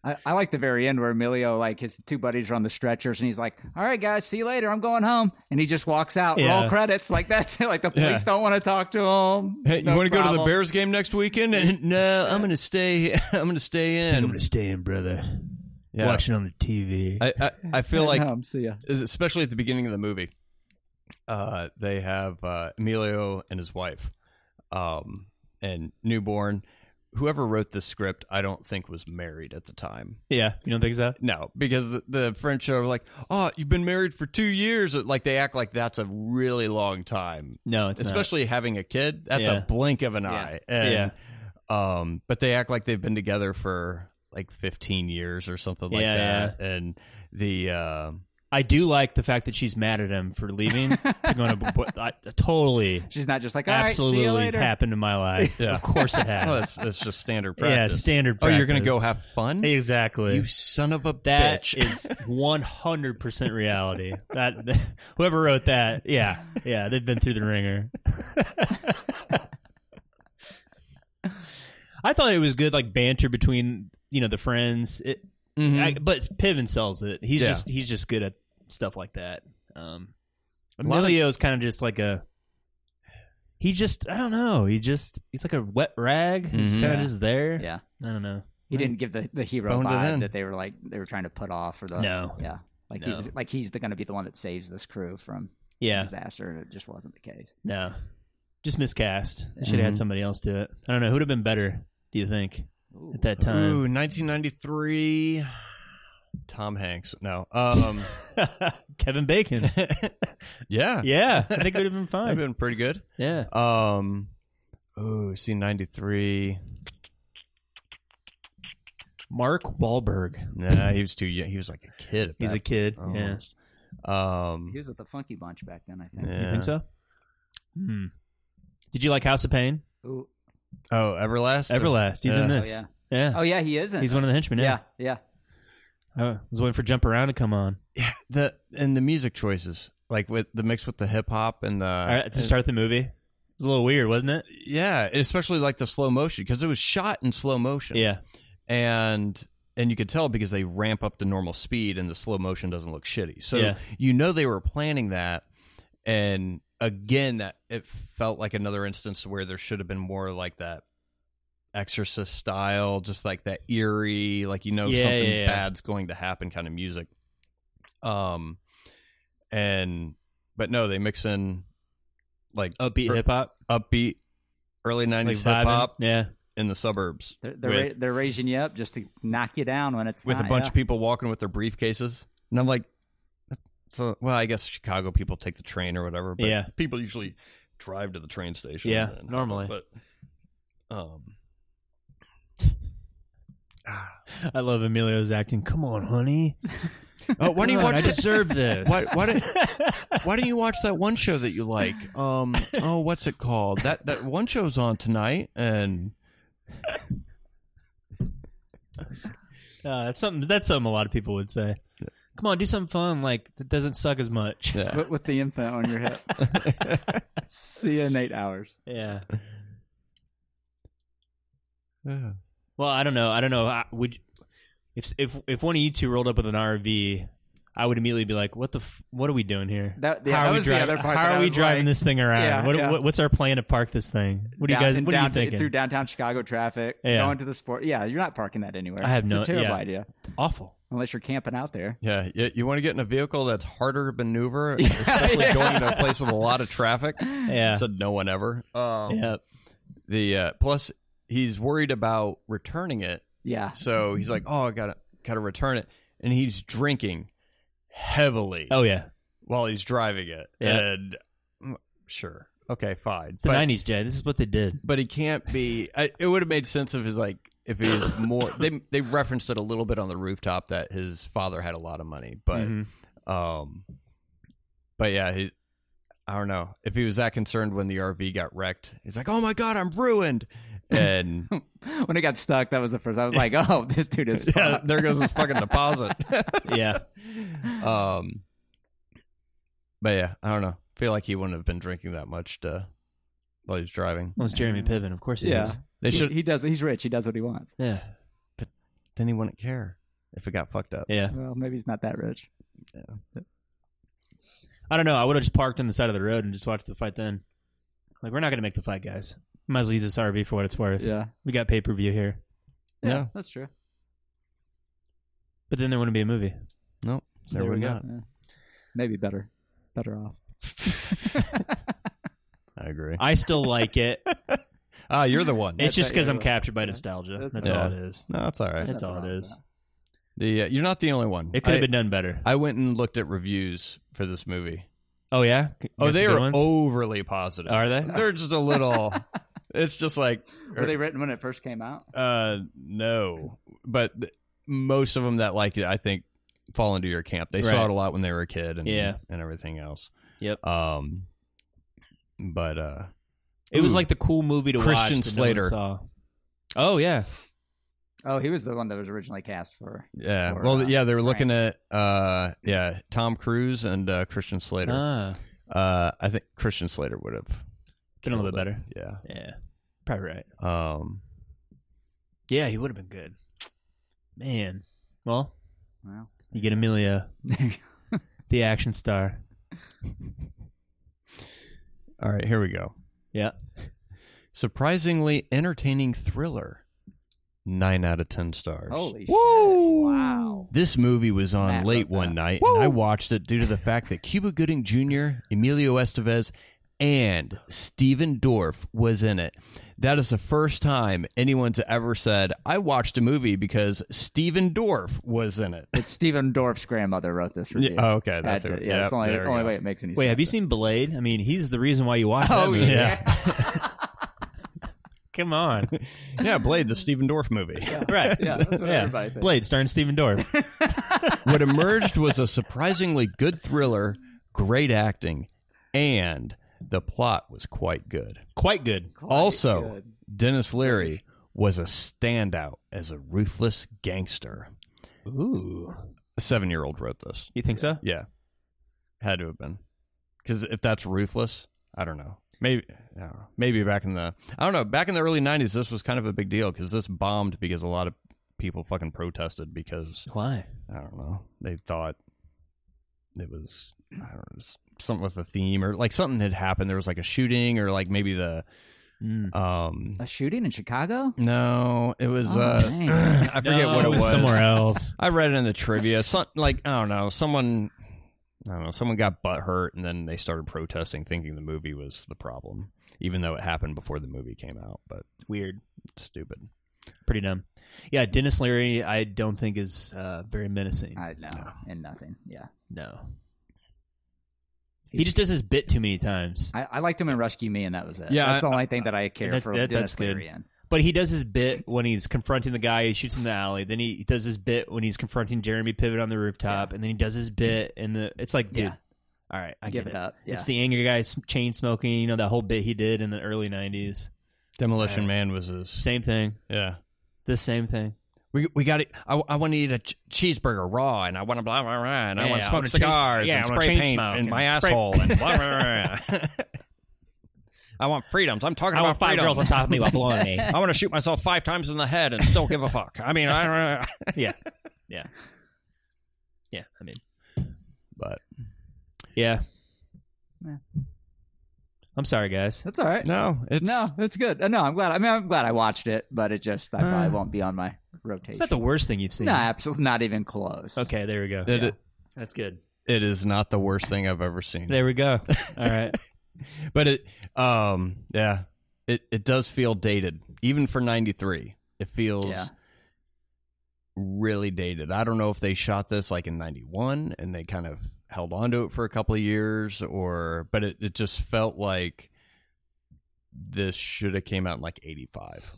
Speaker 2: I, I like the very end where Emilio, like his two buddies are on the stretchers, and he's like, "All right, guys, see you later. I'm going home," and he just walks out.
Speaker 3: Yeah.
Speaker 2: Roll credits. Like that's it. Like the police
Speaker 1: Yeah.
Speaker 2: don't want to talk to him.
Speaker 1: Hey, you
Speaker 2: No
Speaker 1: want to go to the
Speaker 2: problem.
Speaker 1: Bears game next weekend?
Speaker 3: [LAUGHS]
Speaker 1: And, no, I'm going to stay. [LAUGHS] I'm going to stay in.
Speaker 3: I'm going to stay in, brother.
Speaker 1: Yeah.
Speaker 3: Watching on the TV.
Speaker 1: I, I I
Speaker 3: [LAUGHS]
Speaker 1: feel like
Speaker 2: Um, see ya.
Speaker 1: is- especially at the beginning of the movie, uh, they have uh, Emilio and his wife, um, and newborn. Whoever wrote this script, I don't think was married at the time.
Speaker 3: yeah. You don't think so?
Speaker 1: No, because the, the French are like, "Oh, you've been married for two years." Like they act like that's a really long time,
Speaker 3: No, it's not.
Speaker 1: especially having a kid. That's
Speaker 3: Yeah.
Speaker 1: a blink of an
Speaker 2: Yeah.
Speaker 1: eye. And, Um, but they act like they've been together for like 15 years or something like
Speaker 3: Yeah,
Speaker 1: that. And the uh,
Speaker 3: I do like the fact that she's mad at him for
Speaker 1: [LAUGHS]
Speaker 3: leaving to go on a b- b- I, totally
Speaker 2: She's not just like, "All right, see
Speaker 3: absolutely
Speaker 2: you
Speaker 3: it's
Speaker 2: later."
Speaker 3: happened in my life.
Speaker 1: [LAUGHS] Yeah.
Speaker 3: Of course it
Speaker 1: well,
Speaker 3: has.
Speaker 1: that's, that's just standard practice.
Speaker 3: [LAUGHS] yeah, standard
Speaker 1: Oh,
Speaker 3: practice.
Speaker 1: you're gonna go have fun?
Speaker 3: Exactly.
Speaker 1: You son of a
Speaker 3: That
Speaker 1: bitch! [LAUGHS]
Speaker 3: is 100% reality. That, [LAUGHS] whoever wrote that, yeah. Yeah, they've been through the ringer. [LAUGHS] I thought it was good like banter between, you know, the friends. It,
Speaker 1: Mm-hmm.
Speaker 3: I, but Piven sells it. He's
Speaker 1: Yeah.
Speaker 3: just he's just good at stuff like that. Um,
Speaker 1: A lot of-
Speaker 3: Emilio's kind of just like a. He just I don't know. He just he's like a wet rag. He's
Speaker 1: Mhm.
Speaker 3: kind of
Speaker 2: Mm-hmm. Yeah.
Speaker 3: just there.
Speaker 2: Yeah,
Speaker 3: I don't know.
Speaker 2: he didn't give the, the hero
Speaker 1: Phoned it in.
Speaker 2: vibe that they were like they were trying to put off or the
Speaker 3: No.
Speaker 2: Yeah, like
Speaker 3: No.
Speaker 2: he's like he's the, gonna be the one that saves this crew from
Speaker 3: Yeah.
Speaker 2: disaster, and it just wasn't the case.
Speaker 3: No. Just miscast. Should have had
Speaker 1: Mhm.
Speaker 3: somebody else do it. I don't know. Who'd have been better? Do you think
Speaker 2: Ooh.
Speaker 3: at that
Speaker 1: Ooh, [LAUGHS]
Speaker 3: time?
Speaker 1: 1993. Tom Hanks. No.
Speaker 3: [LAUGHS]
Speaker 1: Um.
Speaker 3: Kevin Bacon.
Speaker 1: yeah.
Speaker 3: yeah, I think it would have been
Speaker 1: I've
Speaker 3: fine.
Speaker 1: been pretty good.
Speaker 3: yeah.
Speaker 1: Um. Ooh, see, 93.
Speaker 3: Mark Wahlberg.
Speaker 1: Nah, he was too young. He was like a kid. at
Speaker 3: He's a
Speaker 1: that oh,
Speaker 3: kid.
Speaker 1: point,
Speaker 3: Yeah.
Speaker 1: almost. Um.
Speaker 2: He was with the Funky Bunch back then, I think.
Speaker 1: yeah.
Speaker 3: You think so? Hmm. Did you like House of Pain?
Speaker 2: Ooh.
Speaker 1: Oh, Everlast.
Speaker 3: Everlast. He's in
Speaker 1: Yeah.
Speaker 2: Oh
Speaker 3: this.
Speaker 2: yeah.
Speaker 3: Yeah.
Speaker 2: Oh yeah, he is. In
Speaker 3: He's
Speaker 2: it.
Speaker 3: one of the henchmen. Yeah.
Speaker 2: Yeah, yeah.
Speaker 3: I was waiting for Jump Around to come on.
Speaker 1: The and the music choices, like with the mix with the hip hop and the
Speaker 3: All right, to start the movie. It was a little weird, wasn't it?
Speaker 1: yeah, especially like the slow motion because it was shot in slow motion.
Speaker 3: Yeah.
Speaker 1: and and you could tell because they ramp up to normal speed and the slow motion doesn't look shitty. So
Speaker 3: Yeah.
Speaker 1: you know they were planning that, and again that it felt like another instance where there should have been more like that exorcist style just like that eerie like you know
Speaker 3: Yeah,
Speaker 1: something
Speaker 3: yeah, yeah.
Speaker 1: bad's going to happen kind of music um and but no they mix in like
Speaker 3: Upbeat
Speaker 1: For-
Speaker 3: hip hop.
Speaker 1: upbeat early 90s
Speaker 3: Like
Speaker 1: hip
Speaker 3: vibing.
Speaker 1: hop
Speaker 3: Yeah.
Speaker 1: in the suburbs
Speaker 2: They're they're,
Speaker 1: with,
Speaker 2: ra- they're raising you up just to knock you down when it's
Speaker 1: with a
Speaker 2: not,
Speaker 1: bunch
Speaker 2: yeah.
Speaker 1: of people walking with their briefcases and i'm like so well i guess chicago people take the train or whatever but
Speaker 3: Yeah.
Speaker 1: people usually drive to the train station
Speaker 3: Yeah,
Speaker 1: and-
Speaker 3: normally.
Speaker 1: but um
Speaker 3: I love Emilio's acting. Come on, honey.
Speaker 1: [LAUGHS] oh, why do you
Speaker 3: Come on, I
Speaker 1: watch this
Speaker 3: [LAUGHS] deserve this.
Speaker 1: [LAUGHS] why, why, do, why don't you watch that one show that you like um oh what's it called that that one show's on tonight and
Speaker 3: Uh, that's something. That's something a lot of people would say. Come on, do something fun like that doesn't suck as much.
Speaker 1: yeah
Speaker 2: [LAUGHS] with, with the infant on your hip. [LAUGHS] See you in eight hours.
Speaker 3: [LAUGHS] yeah.
Speaker 1: yeah
Speaker 3: Well, I don't know. I don't know. I, would if if if one of you two rolled up with an RV, I would immediately be like, "What the? F- what are we doing here?
Speaker 2: That- yeah,
Speaker 3: how
Speaker 2: that
Speaker 3: are we
Speaker 2: was the
Speaker 3: driving?
Speaker 2: other part
Speaker 3: how
Speaker 2: that
Speaker 3: are
Speaker 2: I
Speaker 3: we
Speaker 2: was
Speaker 3: driving
Speaker 2: like-
Speaker 3: this thing around?
Speaker 2: Yeah,
Speaker 3: what,
Speaker 2: yeah.
Speaker 3: What, what's our plan to park this thing? What do you
Speaker 2: Down-
Speaker 3: guys? What
Speaker 2: down,
Speaker 3: are you thinking?
Speaker 2: Through downtown Chicago traffic,
Speaker 3: Yeah.
Speaker 2: going to the sport. Yeah, you're not parking that anywhere.
Speaker 3: I have
Speaker 2: It's
Speaker 3: no-
Speaker 2: a terrible
Speaker 3: yeah.
Speaker 2: idea
Speaker 3: Awful.
Speaker 2: unless you're camping out there.
Speaker 1: yeah, you, want to get in a vehicle that's harder to
Speaker 3: [LAUGHS]
Speaker 1: maneuver, especially
Speaker 2: Yeah.
Speaker 1: going to a place with a lot of traffic.
Speaker 3: Yeah.
Speaker 1: Said no one ever. Um,
Speaker 3: yeah.
Speaker 1: The uh, plus he's worried about returning it,
Speaker 2: Yeah, [LAUGHS]
Speaker 1: so he's like, "Oh, I gotta gotta return it," and he's drinking heavily
Speaker 3: Oh yeah.
Speaker 1: while he's driving it.
Speaker 3: Yeah.
Speaker 1: And mm, sure, okay, fine.
Speaker 3: It's the
Speaker 1: But,
Speaker 3: '90s, Jay. This is what they did.
Speaker 1: but he can't be. I, it would have made sense if his like if he was more. they they referenced it a little bit on the rooftop that [LAUGHS]
Speaker 3: Mm-hmm.
Speaker 1: his father had a lot of money, but
Speaker 3: Mhm.
Speaker 1: um, but yeah, he. I- I don't know if he was that concerned when the RV got wrecked. He's like, "Oh my god, I'm
Speaker 3: [LAUGHS]
Speaker 1: ruined," and
Speaker 2: when it got stuck, that was the first. I was
Speaker 3: [LAUGHS]
Speaker 2: like, oh, this dude is.
Speaker 1: yeah,
Speaker 2: fucked.
Speaker 1: there goes his fucking deposit.
Speaker 3: yeah.
Speaker 1: um, but yeah, I don't know. Feel like he wouldn't have been drinking that much to, while he was driving.
Speaker 3: Well, it's Jeremy Piven, of course. It
Speaker 2: Yeah.
Speaker 3: is.
Speaker 1: They
Speaker 2: He-
Speaker 1: should.
Speaker 2: He does. He's rich. He does what he wants.
Speaker 3: Yeah.
Speaker 1: Then he wouldn't care if it got fucked up.
Speaker 3: Yeah.
Speaker 2: Well, maybe he's not that rich.
Speaker 3: I don't know. I would have just parked on the side of the road and just watched the fight then. Like, we're not going to make the fight, guys. Might as well use this RV for what it's worth.
Speaker 2: Yeah.
Speaker 3: We got pay per view here.
Speaker 1: Yeah.
Speaker 2: that's true.
Speaker 3: But then there wouldn't be a movie.
Speaker 1: Nope.
Speaker 3: So
Speaker 1: There
Speaker 3: there
Speaker 1: we
Speaker 3: we
Speaker 1: go.
Speaker 3: go.
Speaker 2: Maybe better. Better off.
Speaker 1: I agree.
Speaker 3: I still
Speaker 1: [LAUGHS]
Speaker 3: like it.
Speaker 1: Ah, you're the one.
Speaker 3: it's
Speaker 2: That's
Speaker 3: just
Speaker 2: right,
Speaker 3: because
Speaker 2: yeah.
Speaker 3: I'm captured by
Speaker 2: Yeah.
Speaker 3: nostalgia.
Speaker 2: That's
Speaker 3: That's,
Speaker 1: all.
Speaker 3: all
Speaker 1: Yeah.
Speaker 3: it is.
Speaker 1: no, that's all right.
Speaker 3: That's
Speaker 2: Nothing
Speaker 3: all it
Speaker 2: wrong with
Speaker 3: is.
Speaker 1: The uh, you're not the only one.
Speaker 3: It could
Speaker 1: I-
Speaker 3: have been done better.
Speaker 1: I went and looked at reviews for this movie.
Speaker 3: oh, yeah? You
Speaker 1: Oh,
Speaker 3: got some
Speaker 1: they
Speaker 3: good
Speaker 1: are
Speaker 3: ones?
Speaker 1: overly positive.
Speaker 3: Are they?
Speaker 1: They're just a
Speaker 3: [LAUGHS]
Speaker 1: little. it's just like
Speaker 3: Er,
Speaker 2: Were they written when it first came out?
Speaker 1: uh no, but th- most of them that like it, I think, fall into your camp. They saw
Speaker 3: Right.
Speaker 1: it a lot when they were a kid, and
Speaker 3: Yeah.
Speaker 1: and everything else.
Speaker 3: Yep.
Speaker 1: Um, but uh,
Speaker 3: It was
Speaker 1: Ooh.
Speaker 3: like the cool movie to
Speaker 1: Christian
Speaker 3: watch. that no one
Speaker 1: Slater.
Speaker 3: saw. Oh, yeah.
Speaker 2: Oh, he was the one that was originally cast for.
Speaker 1: yeah,
Speaker 2: Or,
Speaker 1: well,
Speaker 2: uh,
Speaker 1: yeah, they were
Speaker 2: Frank.
Speaker 1: looking at uh, yeah, Tom Cruise and uh, Christian Slater.
Speaker 3: Ah,
Speaker 1: Uh, I think Christian Slater would have
Speaker 3: been a little bit
Speaker 1: killed it.
Speaker 3: better. Yeah. Probably right.
Speaker 1: Yeah. Um.
Speaker 3: Yeah, he would have been good. Man. Well,
Speaker 2: Well, [LAUGHS]
Speaker 3: you get Amelia, the action star.
Speaker 1: All right, here we go.
Speaker 3: Yeah.
Speaker 1: Surprisingly entertaining thriller. Nine out of ten stars.
Speaker 2: holy
Speaker 1: Woo!
Speaker 2: shit! Wow.
Speaker 1: This movie was on
Speaker 2: Matt
Speaker 1: late
Speaker 2: wrote
Speaker 1: one
Speaker 2: that.
Speaker 1: night, and I watched it due to the fact that Cuba Gooding Jr., Emilio Estevez, and Steven Dorff was in it. That is the first time anyone's ever said, I watched a movie because Steven Dorff was in it.
Speaker 2: It's Steven Dorff's grandmother wrote this review.
Speaker 1: Yeah, Oh, okay,
Speaker 2: Had
Speaker 1: that's
Speaker 2: to-
Speaker 1: it.
Speaker 2: yeah,
Speaker 1: Yep,
Speaker 2: that's the only,
Speaker 1: there we
Speaker 2: only
Speaker 1: go.
Speaker 2: way it makes any
Speaker 3: Wait,
Speaker 2: sense.
Speaker 3: have you seen Blade? I mean, he's the reason why you watch that
Speaker 2: Oh
Speaker 3: movie.
Speaker 2: yeah.
Speaker 3: Come on.
Speaker 1: Yeah, Blade, the Steven Dorff movie.
Speaker 3: right.
Speaker 2: [LAUGHS] [LAUGHS] Yeah, that's what everybody thinks.
Speaker 3: Blade starring Steven Dorff.
Speaker 2: [LAUGHS]
Speaker 1: what emerged was a surprisingly good thriller, great acting, and the plot was quite good.
Speaker 3: Quite good.
Speaker 1: also,
Speaker 2: good.
Speaker 1: Dennis Leary was a standout as a ruthless gangster.
Speaker 3: Ooh.
Speaker 1: A seven year old wrote this.
Speaker 3: You think so?
Speaker 1: Yeah. Had to have been. Because if that's ruthless, I don't know. Maybe I don't know. maybe back in the I don't know back in the early '90s this was kind of a big deal because this bombed because a lot of people fucking protested because
Speaker 3: Why?
Speaker 1: I don't know. They thought it was I don't know s- something with the theme or like something had happened. There was like a shooting or like maybe the
Speaker 3: Hmm.
Speaker 1: um
Speaker 2: a shooting in Chicago.
Speaker 1: no, it was
Speaker 2: Oh,
Speaker 1: uh [CLEARS THROAT]
Speaker 2: dang.
Speaker 1: I forget what it was.
Speaker 3: Somewhere
Speaker 1: [LAUGHS]
Speaker 3: else.
Speaker 1: I read it in the trivia. Some like I don't know someone. I don't know. Someone got butt hurt, and then they started protesting, thinking the movie was the problem, even though it happened before the movie came out. But
Speaker 3: Weird.
Speaker 1: stupid.
Speaker 3: Pretty dumb. Yeah, Dennis Leary, I don't think is uh, very menacing.
Speaker 2: I know, and nothing. Yeah.
Speaker 3: no. He just does his bit too many times.
Speaker 2: I, I liked him in Rescue Me, and that was it.
Speaker 1: Yeah,
Speaker 2: that's the
Speaker 1: I-
Speaker 2: only thing that I care
Speaker 3: that-
Speaker 2: for.
Speaker 3: that-
Speaker 2: Dennis
Speaker 3: that's good.
Speaker 2: Leary in.
Speaker 3: But he does his bit when he's confronting the guy he shoots in the alley. Then he does his bit when he's confronting Jeremy Piven on the rooftop, and then he does his bit in the. It's like, dude,
Speaker 2: Yeah.
Speaker 3: all right, I
Speaker 2: Give
Speaker 3: get
Speaker 2: it up. Yeah.
Speaker 3: It's the angry guy s- chain smoking. You know that whole bit he did in the early '90s.
Speaker 1: Demolition Man was his.
Speaker 3: Same thing.
Speaker 1: Yeah,
Speaker 3: The same thing.
Speaker 1: we we got it. I, I want to eat a ch- cheeseburger raw, and I want to blah blah blah, and I
Speaker 3: Yeah,
Speaker 1: want
Speaker 3: I
Speaker 1: to smoke
Speaker 3: wanna chain-
Speaker 1: cigars
Speaker 3: yeah,
Speaker 1: and
Speaker 3: I wanna
Speaker 1: spray
Speaker 3: chain
Speaker 1: paint
Speaker 3: smoke
Speaker 1: in
Speaker 3: and
Speaker 1: my
Speaker 3: spray-
Speaker 1: asshole
Speaker 3: [LAUGHS]
Speaker 1: and blah blah blah. I want freedoms. I'm talking
Speaker 3: I
Speaker 1: about
Speaker 3: want five
Speaker 1: freedoms.
Speaker 3: girls on top of me while blowing me.
Speaker 1: [LAUGHS] I want to shoot myself five times in the head and still give a fuck. I mean, I
Speaker 3: Yeah, yeah, yeah. I mean,
Speaker 1: but
Speaker 3: yeah.
Speaker 2: Yeah.
Speaker 3: I'm sorry, guys.
Speaker 2: That's all right.
Speaker 1: no, it's
Speaker 2: No, it's good. Uh, No, I'm glad. I mean, I'm glad I watched it, but it just I probably
Speaker 1: Uh,
Speaker 2: won't be on my rotation.
Speaker 3: It's not the worst thing you've seen.
Speaker 2: no, absolutely not even close.
Speaker 3: Okay, there we go.
Speaker 1: It,
Speaker 3: Yeah. That's good.
Speaker 1: it is not the worst thing I've ever seen.
Speaker 3: There we go. All right.
Speaker 1: But it, um, yeah, it it does feel dated, even for '93. It feels
Speaker 2: Yeah.
Speaker 1: really dated. I don't know if they shot this like in '91 and they kind of held on to it for a couple of years, or but it it just felt like this should have came out in like '85.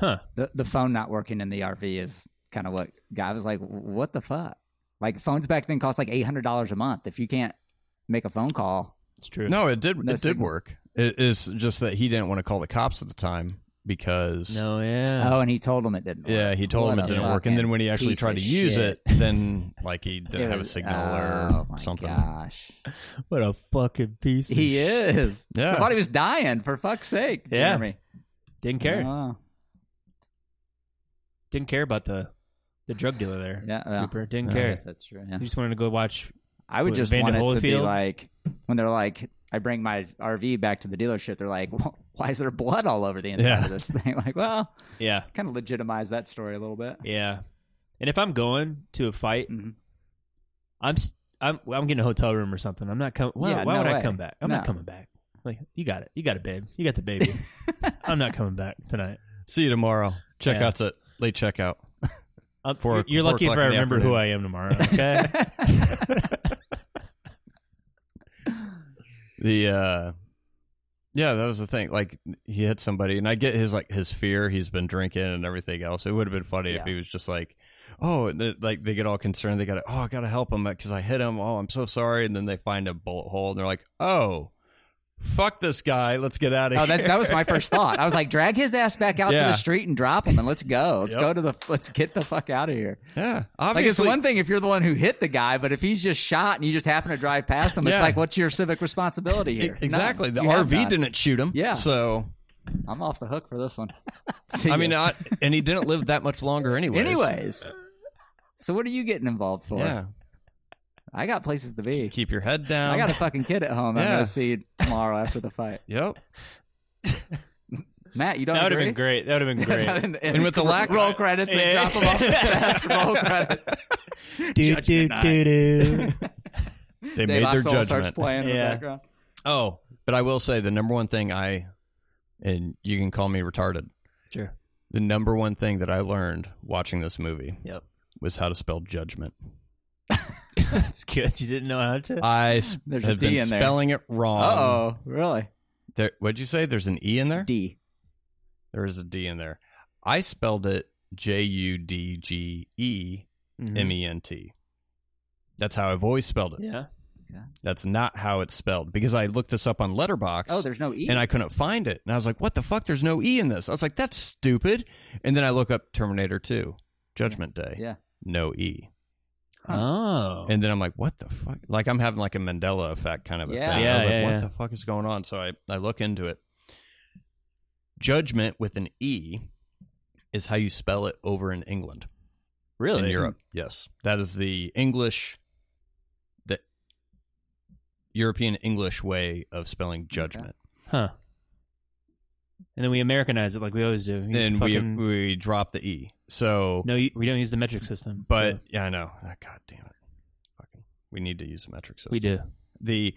Speaker 3: Huh.
Speaker 2: The the phone not working in the RV is kind of what guy was like. What the fuck? Like phones back then cost like eight hundred dollars a month. If you can't make a phone call,
Speaker 3: [LAUGHS] It's true.
Speaker 1: No, it did.
Speaker 2: No
Speaker 1: it did
Speaker 2: signal.
Speaker 1: work. It is just that he didn't want to call the cops at the time because
Speaker 3: No, yeah.
Speaker 2: Oh, and he told him it didn't. work.
Speaker 1: yeah, he told
Speaker 2: What
Speaker 1: him it
Speaker 2: a
Speaker 1: didn't work. And then when he actually
Speaker 2: piece
Speaker 1: tried to
Speaker 2: of
Speaker 1: use
Speaker 2: shit.
Speaker 1: it, then like he didn't
Speaker 2: It
Speaker 1: have a
Speaker 2: was-
Speaker 1: signal
Speaker 2: oh
Speaker 1: or
Speaker 2: my
Speaker 1: something.
Speaker 2: Gosh,
Speaker 3: What a fucking piece. of
Speaker 2: he
Speaker 3: shit.
Speaker 2: is.
Speaker 1: Yeah.
Speaker 2: Somebody was dying for fuck's sake.
Speaker 3: Yeah.
Speaker 2: Jeremy.
Speaker 3: Didn't care.
Speaker 2: Oh,
Speaker 3: Didn't care about the the drug dealer there.
Speaker 2: yeah, well,
Speaker 3: Cooper didn't
Speaker 2: I
Speaker 3: care.
Speaker 2: guess that's true. yeah.
Speaker 3: He just wanted to go watch.
Speaker 2: I would
Speaker 3: What,
Speaker 2: just
Speaker 3: Vander
Speaker 2: want it to be
Speaker 3: Holyfield?
Speaker 2: like when they're like, I bring my RV back to the dealership. They're like, well, why is there blood all over the inside
Speaker 1: Yeah.
Speaker 2: of this thing? [LAUGHS] Like, well,
Speaker 3: Yeah,
Speaker 2: kind of legitimize that story a
Speaker 1: [LAUGHS]
Speaker 2: little bit.
Speaker 3: yeah. And if I'm going to a fight,
Speaker 2: Mhm.
Speaker 3: I'm s- I'm I'm getting a hotel room or something. I'm not coming. Why,
Speaker 2: Yeah,
Speaker 3: why
Speaker 2: no
Speaker 3: would I
Speaker 2: way.
Speaker 3: come back? I'm not
Speaker 2: No.
Speaker 3: coming back. Like you got it. You got it, babe. You got
Speaker 2: [LAUGHS]
Speaker 3: the baby. I'm not coming back tonight.
Speaker 1: See you tomorrow. Checkout's at late checkout.
Speaker 3: I'm,
Speaker 1: Four-
Speaker 3: Uh, you're you're
Speaker 1: four
Speaker 3: lucky if
Speaker 1: o'clock
Speaker 3: I
Speaker 1: in the
Speaker 3: remember who
Speaker 1: afternoon.
Speaker 3: I am
Speaker 2: [LAUGHS]
Speaker 3: tomorrow. Okay.
Speaker 1: The uh yeah, that was the thing. Like he hit somebody, and I get his like his fear. He's been drinking and everything else. It would have been funny if
Speaker 2: Yeah.
Speaker 1: he was just like, oh, and they- like they get all concerned. They got to, oh, I gotta help him because I hit him. Oh, I'm so sorry. And then they find a bullet hole, and they're like, oh, fuck this guy. Let's get out of
Speaker 2: Oh,
Speaker 1: here.
Speaker 2: that, that was my first thought. I was like, drag his ass back out to
Speaker 1: Yeah.
Speaker 2: the street and drop him, and let's go. Let's
Speaker 1: Yep.
Speaker 2: go to the. Let's get the fuck out of here.
Speaker 1: [LAUGHS] yeah,
Speaker 2: Like it's
Speaker 1: obviously.
Speaker 2: one thing if you're the one who hit the guy, but if he's just shot and you just happen to drive past him,
Speaker 1: Yeah.
Speaker 2: it's like, what's your civic responsibility
Speaker 1: E-
Speaker 2: here?
Speaker 1: Exactly.
Speaker 2: None.
Speaker 1: the
Speaker 2: You have
Speaker 1: RV
Speaker 2: none.
Speaker 1: didn't shoot him.
Speaker 2: Yeah.
Speaker 1: So
Speaker 2: [LAUGHS] I'm off the hook for this one. [LAUGHS] See
Speaker 1: I mean, uh,
Speaker 2: ya.
Speaker 1: I, and he didn't live that much
Speaker 2: [LAUGHS]
Speaker 1: longer anyway.
Speaker 2: anyways. So what are you getting involved for?
Speaker 1: yeah.
Speaker 2: I got places
Speaker 1: [LAUGHS]
Speaker 2: to be.
Speaker 1: Keep your head down.
Speaker 2: I got a fucking kid at home. I'm
Speaker 1: Um, Yeah.
Speaker 2: gonna see tomorrow after the fight. [LAUGHS]
Speaker 1: Yep.
Speaker 2: Matt, you don't.
Speaker 3: that would have
Speaker 2: agree?
Speaker 3: been great. That would
Speaker 1: [LAUGHS]
Speaker 2: [LAUGHS]
Speaker 3: have been great.
Speaker 2: and,
Speaker 1: And with the lack-
Speaker 2: roll credits, they
Speaker 3: Yeah.
Speaker 2: drop them
Speaker 3: [LAUGHS]
Speaker 2: off. the steps, roll credits. Judgment night.
Speaker 3: do.
Speaker 2: [LAUGHS]
Speaker 1: They
Speaker 2: Dave
Speaker 1: made their
Speaker 2: Ossol starts
Speaker 1: judgment.
Speaker 2: playing in the
Speaker 3: Yeah.
Speaker 2: background.
Speaker 1: Oh, but I will say the number one thing I, and you can call me retarded.
Speaker 3: Sure.
Speaker 1: The number one thing that I learned watching this movie
Speaker 3: Yep.
Speaker 1: was how to spell
Speaker 2: [LAUGHS]
Speaker 1: judgment.
Speaker 3: [LAUGHS] That's good. You didn't know how to.
Speaker 1: I s-
Speaker 2: There's a
Speaker 1: have
Speaker 2: D
Speaker 1: been
Speaker 2: in there.
Speaker 1: spelling it wrong.
Speaker 2: Uh oh, really?
Speaker 1: There, what'd you say? There's an E in there?
Speaker 2: D.
Speaker 1: There is a D in there. I spelled it J U D G E M
Speaker 3: Mm-hmm.
Speaker 1: E N T. That's how I've always spelled it.
Speaker 3: Yeah.
Speaker 1: That's not how it's spelled because I looked this up on Letterbox.
Speaker 2: Oh, there's no E.
Speaker 1: and I couldn't find it. And I was like, what the fuck? There's no E in this. I was like, that's stupid. And then I look up Terminator 2, Judgment Day.
Speaker 2: yeah.
Speaker 1: No E.
Speaker 3: Oh.
Speaker 1: And then I'm like, what the fuck? Like, I'm having like a Mandela effect kind of a
Speaker 2: Yeah.
Speaker 1: thing. I
Speaker 3: Yeah,
Speaker 1: was like,
Speaker 3: yeah,
Speaker 1: what
Speaker 3: yeah.
Speaker 1: the fuck is going on? So I, I look into it. Judgment with an E is how you spell it over in England.
Speaker 3: really?
Speaker 1: In Europe. Yes. That is the English, the European English way of spelling judgment.
Speaker 3: Huh. And then we Americanize it like we always do. We use
Speaker 1: then
Speaker 3: the fucking-
Speaker 1: we we drop the e. So,
Speaker 3: no, you- we don't use the metric system.
Speaker 1: but
Speaker 3: so
Speaker 1: yeah, I know. Ah, God damn it! Fucking, we need to use the metric system.
Speaker 3: we do.
Speaker 1: the.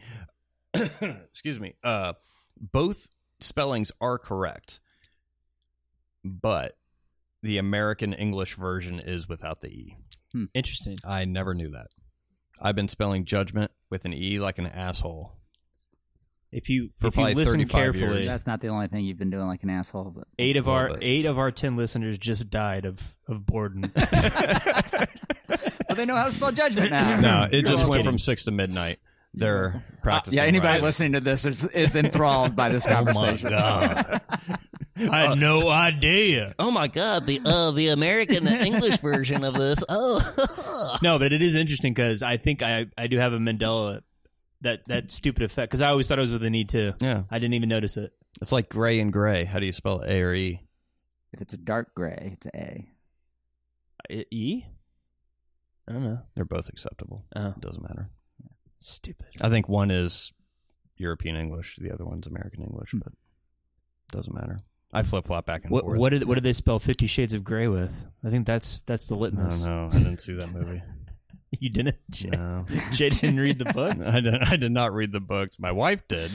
Speaker 1: [COUGHS] excuse me. Uh, both spellings are correct, but the American English version is without the e.
Speaker 3: Interesting.
Speaker 1: I never knew that. I've been spelling judgment with an e like an asshole.
Speaker 3: If you
Speaker 1: For
Speaker 3: if you
Speaker 1: probably
Speaker 3: listen
Speaker 1: 35 years.
Speaker 3: carefully,
Speaker 2: That's not the only thing you've been doing like an asshole, but
Speaker 3: eight of
Speaker 1: A little
Speaker 3: our
Speaker 1: bit.
Speaker 3: eight of our ten listeners just died of
Speaker 1: [LAUGHS]
Speaker 3: of boredom.
Speaker 2: well, they know how to spell judgment now.
Speaker 1: No, it just
Speaker 3: welcome.
Speaker 1: went from six to midnight. They're practicing.
Speaker 2: Uh, yeah, anybody
Speaker 1: right? Oh
Speaker 2: listening to this is, is enthralled
Speaker 1: [LAUGHS]
Speaker 2: by this conversation.
Speaker 1: God.
Speaker 3: I
Speaker 1: Uh,
Speaker 3: had no idea.
Speaker 1: Oh my God! The uh, the American English version of this. Oh, [LAUGHS]
Speaker 3: No, but it is interesting because I think I I do have a Mandela that that stupid effect because I always thought it was with an E too.
Speaker 1: yeah.
Speaker 3: I didn't even notice it.
Speaker 1: It's like gray and gray. How do you spell A or E?
Speaker 2: If it's a dark gray, it's a A.
Speaker 3: I- E. I don't know.
Speaker 1: They're both acceptable.
Speaker 3: Oh,
Speaker 1: It doesn't matter.
Speaker 3: stupid.
Speaker 1: I think one is European English, the other one's American English, but doesn't matter. I flip flop back and
Speaker 3: What
Speaker 1: forth.
Speaker 3: what did what did they spell Fifty Shades of Grey with? I think that's that's the
Speaker 1: I
Speaker 3: litmus.
Speaker 1: don't know. I didn't see that [LAUGHS] movie.
Speaker 3: [LAUGHS] You didn't. Jay,
Speaker 1: No.
Speaker 3: Jay didn't
Speaker 1: [LAUGHS]
Speaker 3: read the book.
Speaker 1: I did, I did not read the books. My wife
Speaker 3: [LAUGHS]
Speaker 1: did.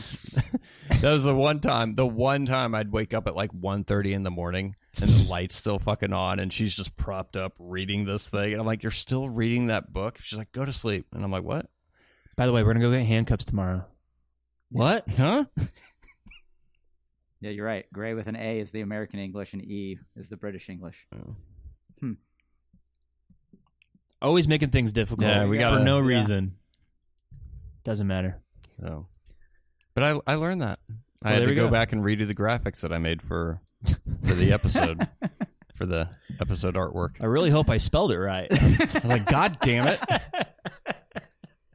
Speaker 1: that was the one time. The one time I'd wake up at like 1.30 in the morning and the lights still fucking on, and she's just propped up reading this thing, and I'm like, "You're still reading that book?" She's like, "Go to sleep," and I'm like, "What?
Speaker 3: By the way, we're gonna go get handcuffs tomorrow.
Speaker 1: What? Huh?
Speaker 2: Yeah, you're right. Gray with an A is the American English, and E is the British English.
Speaker 3: Always making things difficult.
Speaker 1: Yeah,
Speaker 2: we
Speaker 3: for
Speaker 1: gotta-
Speaker 3: no
Speaker 2: yeah.
Speaker 3: reason. Doesn't matter.
Speaker 1: So, But I I learned that. I
Speaker 3: Oh,
Speaker 1: had
Speaker 3: there
Speaker 1: to
Speaker 3: we
Speaker 1: go,
Speaker 3: go.
Speaker 1: back and redo the graphics that I made for for the
Speaker 3: [LAUGHS]
Speaker 1: episode for the episode artwork.
Speaker 3: I really hope I spelled it right. [LAUGHS]
Speaker 1: I was like, God damn it!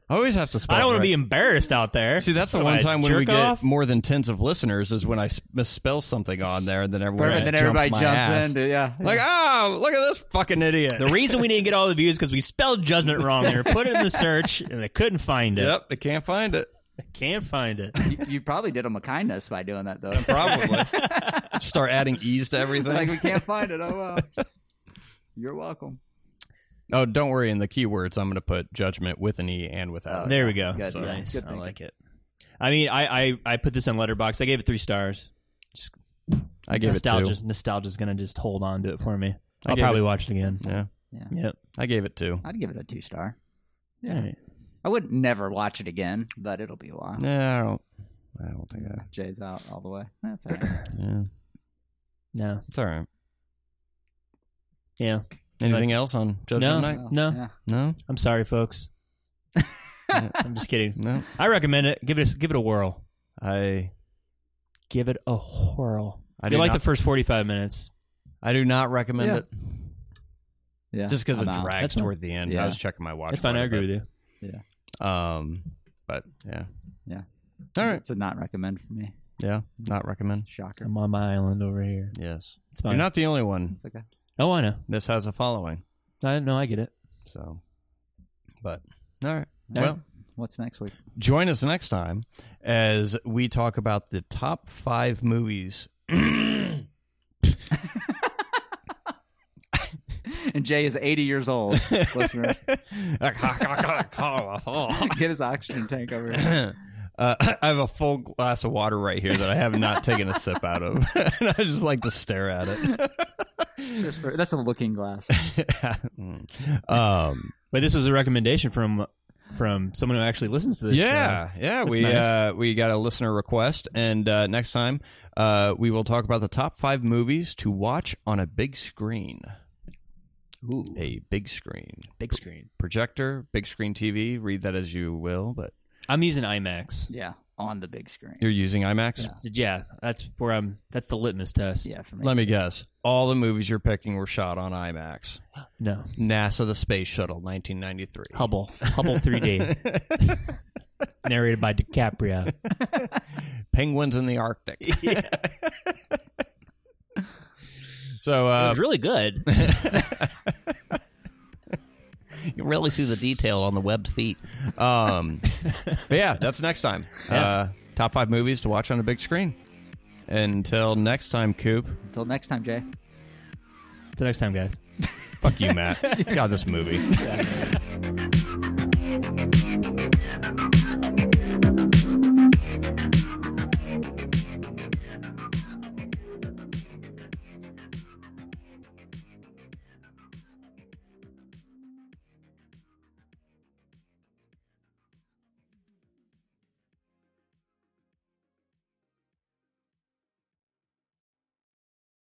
Speaker 1: I always have to spell.
Speaker 3: I don't want
Speaker 1: want
Speaker 3: to be embarrassed out there.
Speaker 1: See, that's the
Speaker 3: What am
Speaker 1: one
Speaker 3: I, a
Speaker 1: time when we
Speaker 3: jerk
Speaker 1: get [LAUGHS]
Speaker 3: off?
Speaker 1: more than tens of listeners is when I s- misspell something on there, and then everyone
Speaker 2: Perfect. Then
Speaker 1: jumps
Speaker 2: everybody
Speaker 1: my
Speaker 2: jumps
Speaker 1: ass.
Speaker 2: in. to- yeah.
Speaker 1: Like, oh, look at this fucking idiot.
Speaker 3: The reason we didn't get all the views because we spelled judgment wrong there. Put it in the search and they couldn't find it.
Speaker 1: Yep, they can't find it.
Speaker 3: Can't find it.
Speaker 2: you, you probably did them a kindness by doing that, though. [LAUGHS]
Speaker 1: Probably. Start adding e's to everything.
Speaker 2: like we can't find it. Oh well. You're welcome.
Speaker 1: oh, don't worry. In the keywords, I'm going to put judgment with an e and without.
Speaker 2: Oh,
Speaker 1: it.
Speaker 3: There we go.
Speaker 2: Good,
Speaker 3: So
Speaker 2: yeah.
Speaker 3: nice.
Speaker 2: Good
Speaker 3: I
Speaker 2: thinking.
Speaker 3: like it. I mean, I, I I put this on Letterbox. I gave it three stars.
Speaker 1: I gave
Speaker 3: nostalgia,
Speaker 1: it
Speaker 3: nostalgia's gonna just hold on to it for me.
Speaker 1: I
Speaker 3: I'll
Speaker 1: gave
Speaker 3: probably watch it again.
Speaker 1: two. Yeah,
Speaker 2: Yeah.
Speaker 3: Yep.
Speaker 1: I gave it two.
Speaker 2: I'd give it a two star.
Speaker 3: Yeah.
Speaker 2: I would never watch it again, but it'll be a while.
Speaker 1: Yeah, I don't. I don't think I.
Speaker 2: Jay's out all the way.
Speaker 1: [LAUGHS]
Speaker 2: That's all right.
Speaker 1: Yeah,
Speaker 3: No.
Speaker 1: it's all right.
Speaker 3: Yeah.
Speaker 1: Anything else on Judgment Night?
Speaker 2: Well,
Speaker 3: No.
Speaker 2: yeah.
Speaker 1: No,
Speaker 3: I'm sorry, folks. I'm just kidding.
Speaker 1: no.
Speaker 3: I recommend it. Give it a, give it a whirl.
Speaker 1: I
Speaker 3: Give it a whirl.
Speaker 1: I do
Speaker 3: you like
Speaker 1: not-
Speaker 3: the first 45 minutes.
Speaker 1: I do not recommend
Speaker 2: Yeah.
Speaker 1: it
Speaker 2: Yeah.
Speaker 1: just because it
Speaker 2: I'm out.
Speaker 1: drags
Speaker 3: That's fine.
Speaker 1: toward the end.
Speaker 2: Yeah.
Speaker 1: I was checking my watch.
Speaker 3: That's fine. I agree with you.
Speaker 1: you. Um, but yeah,
Speaker 2: Yeah.
Speaker 1: All right.
Speaker 2: It's a not recommend for me.
Speaker 1: Yeah, not recommend.
Speaker 2: Shocker.
Speaker 3: I'm on my island over here.
Speaker 1: Yes,
Speaker 3: It's fine.
Speaker 1: you're not the only one.
Speaker 2: It's okay.
Speaker 3: oh, I know.
Speaker 1: This has a following.
Speaker 3: I know. I get it.
Speaker 1: So, but all right.
Speaker 2: All
Speaker 1: Well,
Speaker 2: right. What's next week? [LAUGHS]
Speaker 1: join us next time as we talk about the top five movies. [LAUGHS]
Speaker 2: And Jay is 80 years
Speaker 1: [LAUGHS]
Speaker 2: old. Listeners,
Speaker 1: uh,
Speaker 2: get his oxygen tank over here.
Speaker 1: I have a full glass of water right here that I have not taken a sip out of, [LAUGHS] and I just like to stare at it. [LAUGHS]
Speaker 2: Just for- that's a looking glass.
Speaker 1: um,
Speaker 3: But this was a recommendation from from someone who actually listens to this.
Speaker 1: yeah, yeah, we
Speaker 3: uh, nice.
Speaker 1: uh, we got a listener request, and uh, next time uh, we will talk about the top five movies to watch on a big screen.
Speaker 3: show. Ooh,
Speaker 1: A big screen.
Speaker 3: big screen.
Speaker 1: projector, big screen TV. Read that as you will, but
Speaker 3: I'm using IMAX.
Speaker 2: Yeah, on the big screen.
Speaker 1: you're using IMAX.
Speaker 2: Yeah.
Speaker 3: Yeah, that's where I'm. That's the litmus test.
Speaker 2: Yeah, for me.
Speaker 1: Let me guess. All the movies you're picking were shot on IMAX.
Speaker 3: No,
Speaker 1: NASA the Space Shuttle 1993.
Speaker 3: Hubble,
Speaker 2: [LAUGHS]
Speaker 3: Hubble 3D, narrated by DiCaprio.
Speaker 1: Penguins in the Arctic. [LAUGHS] so uh,
Speaker 3: really good.
Speaker 1: you really see the detail on the webbed feet. Um, but yeah, that's next time. Uh, top five movies to watch on a big screen. Until next time, Coop.
Speaker 2: Until next time, Jay.
Speaker 3: Till next time, guys.
Speaker 2: [LAUGHS]
Speaker 1: Fuck you, Matt. God, this movie.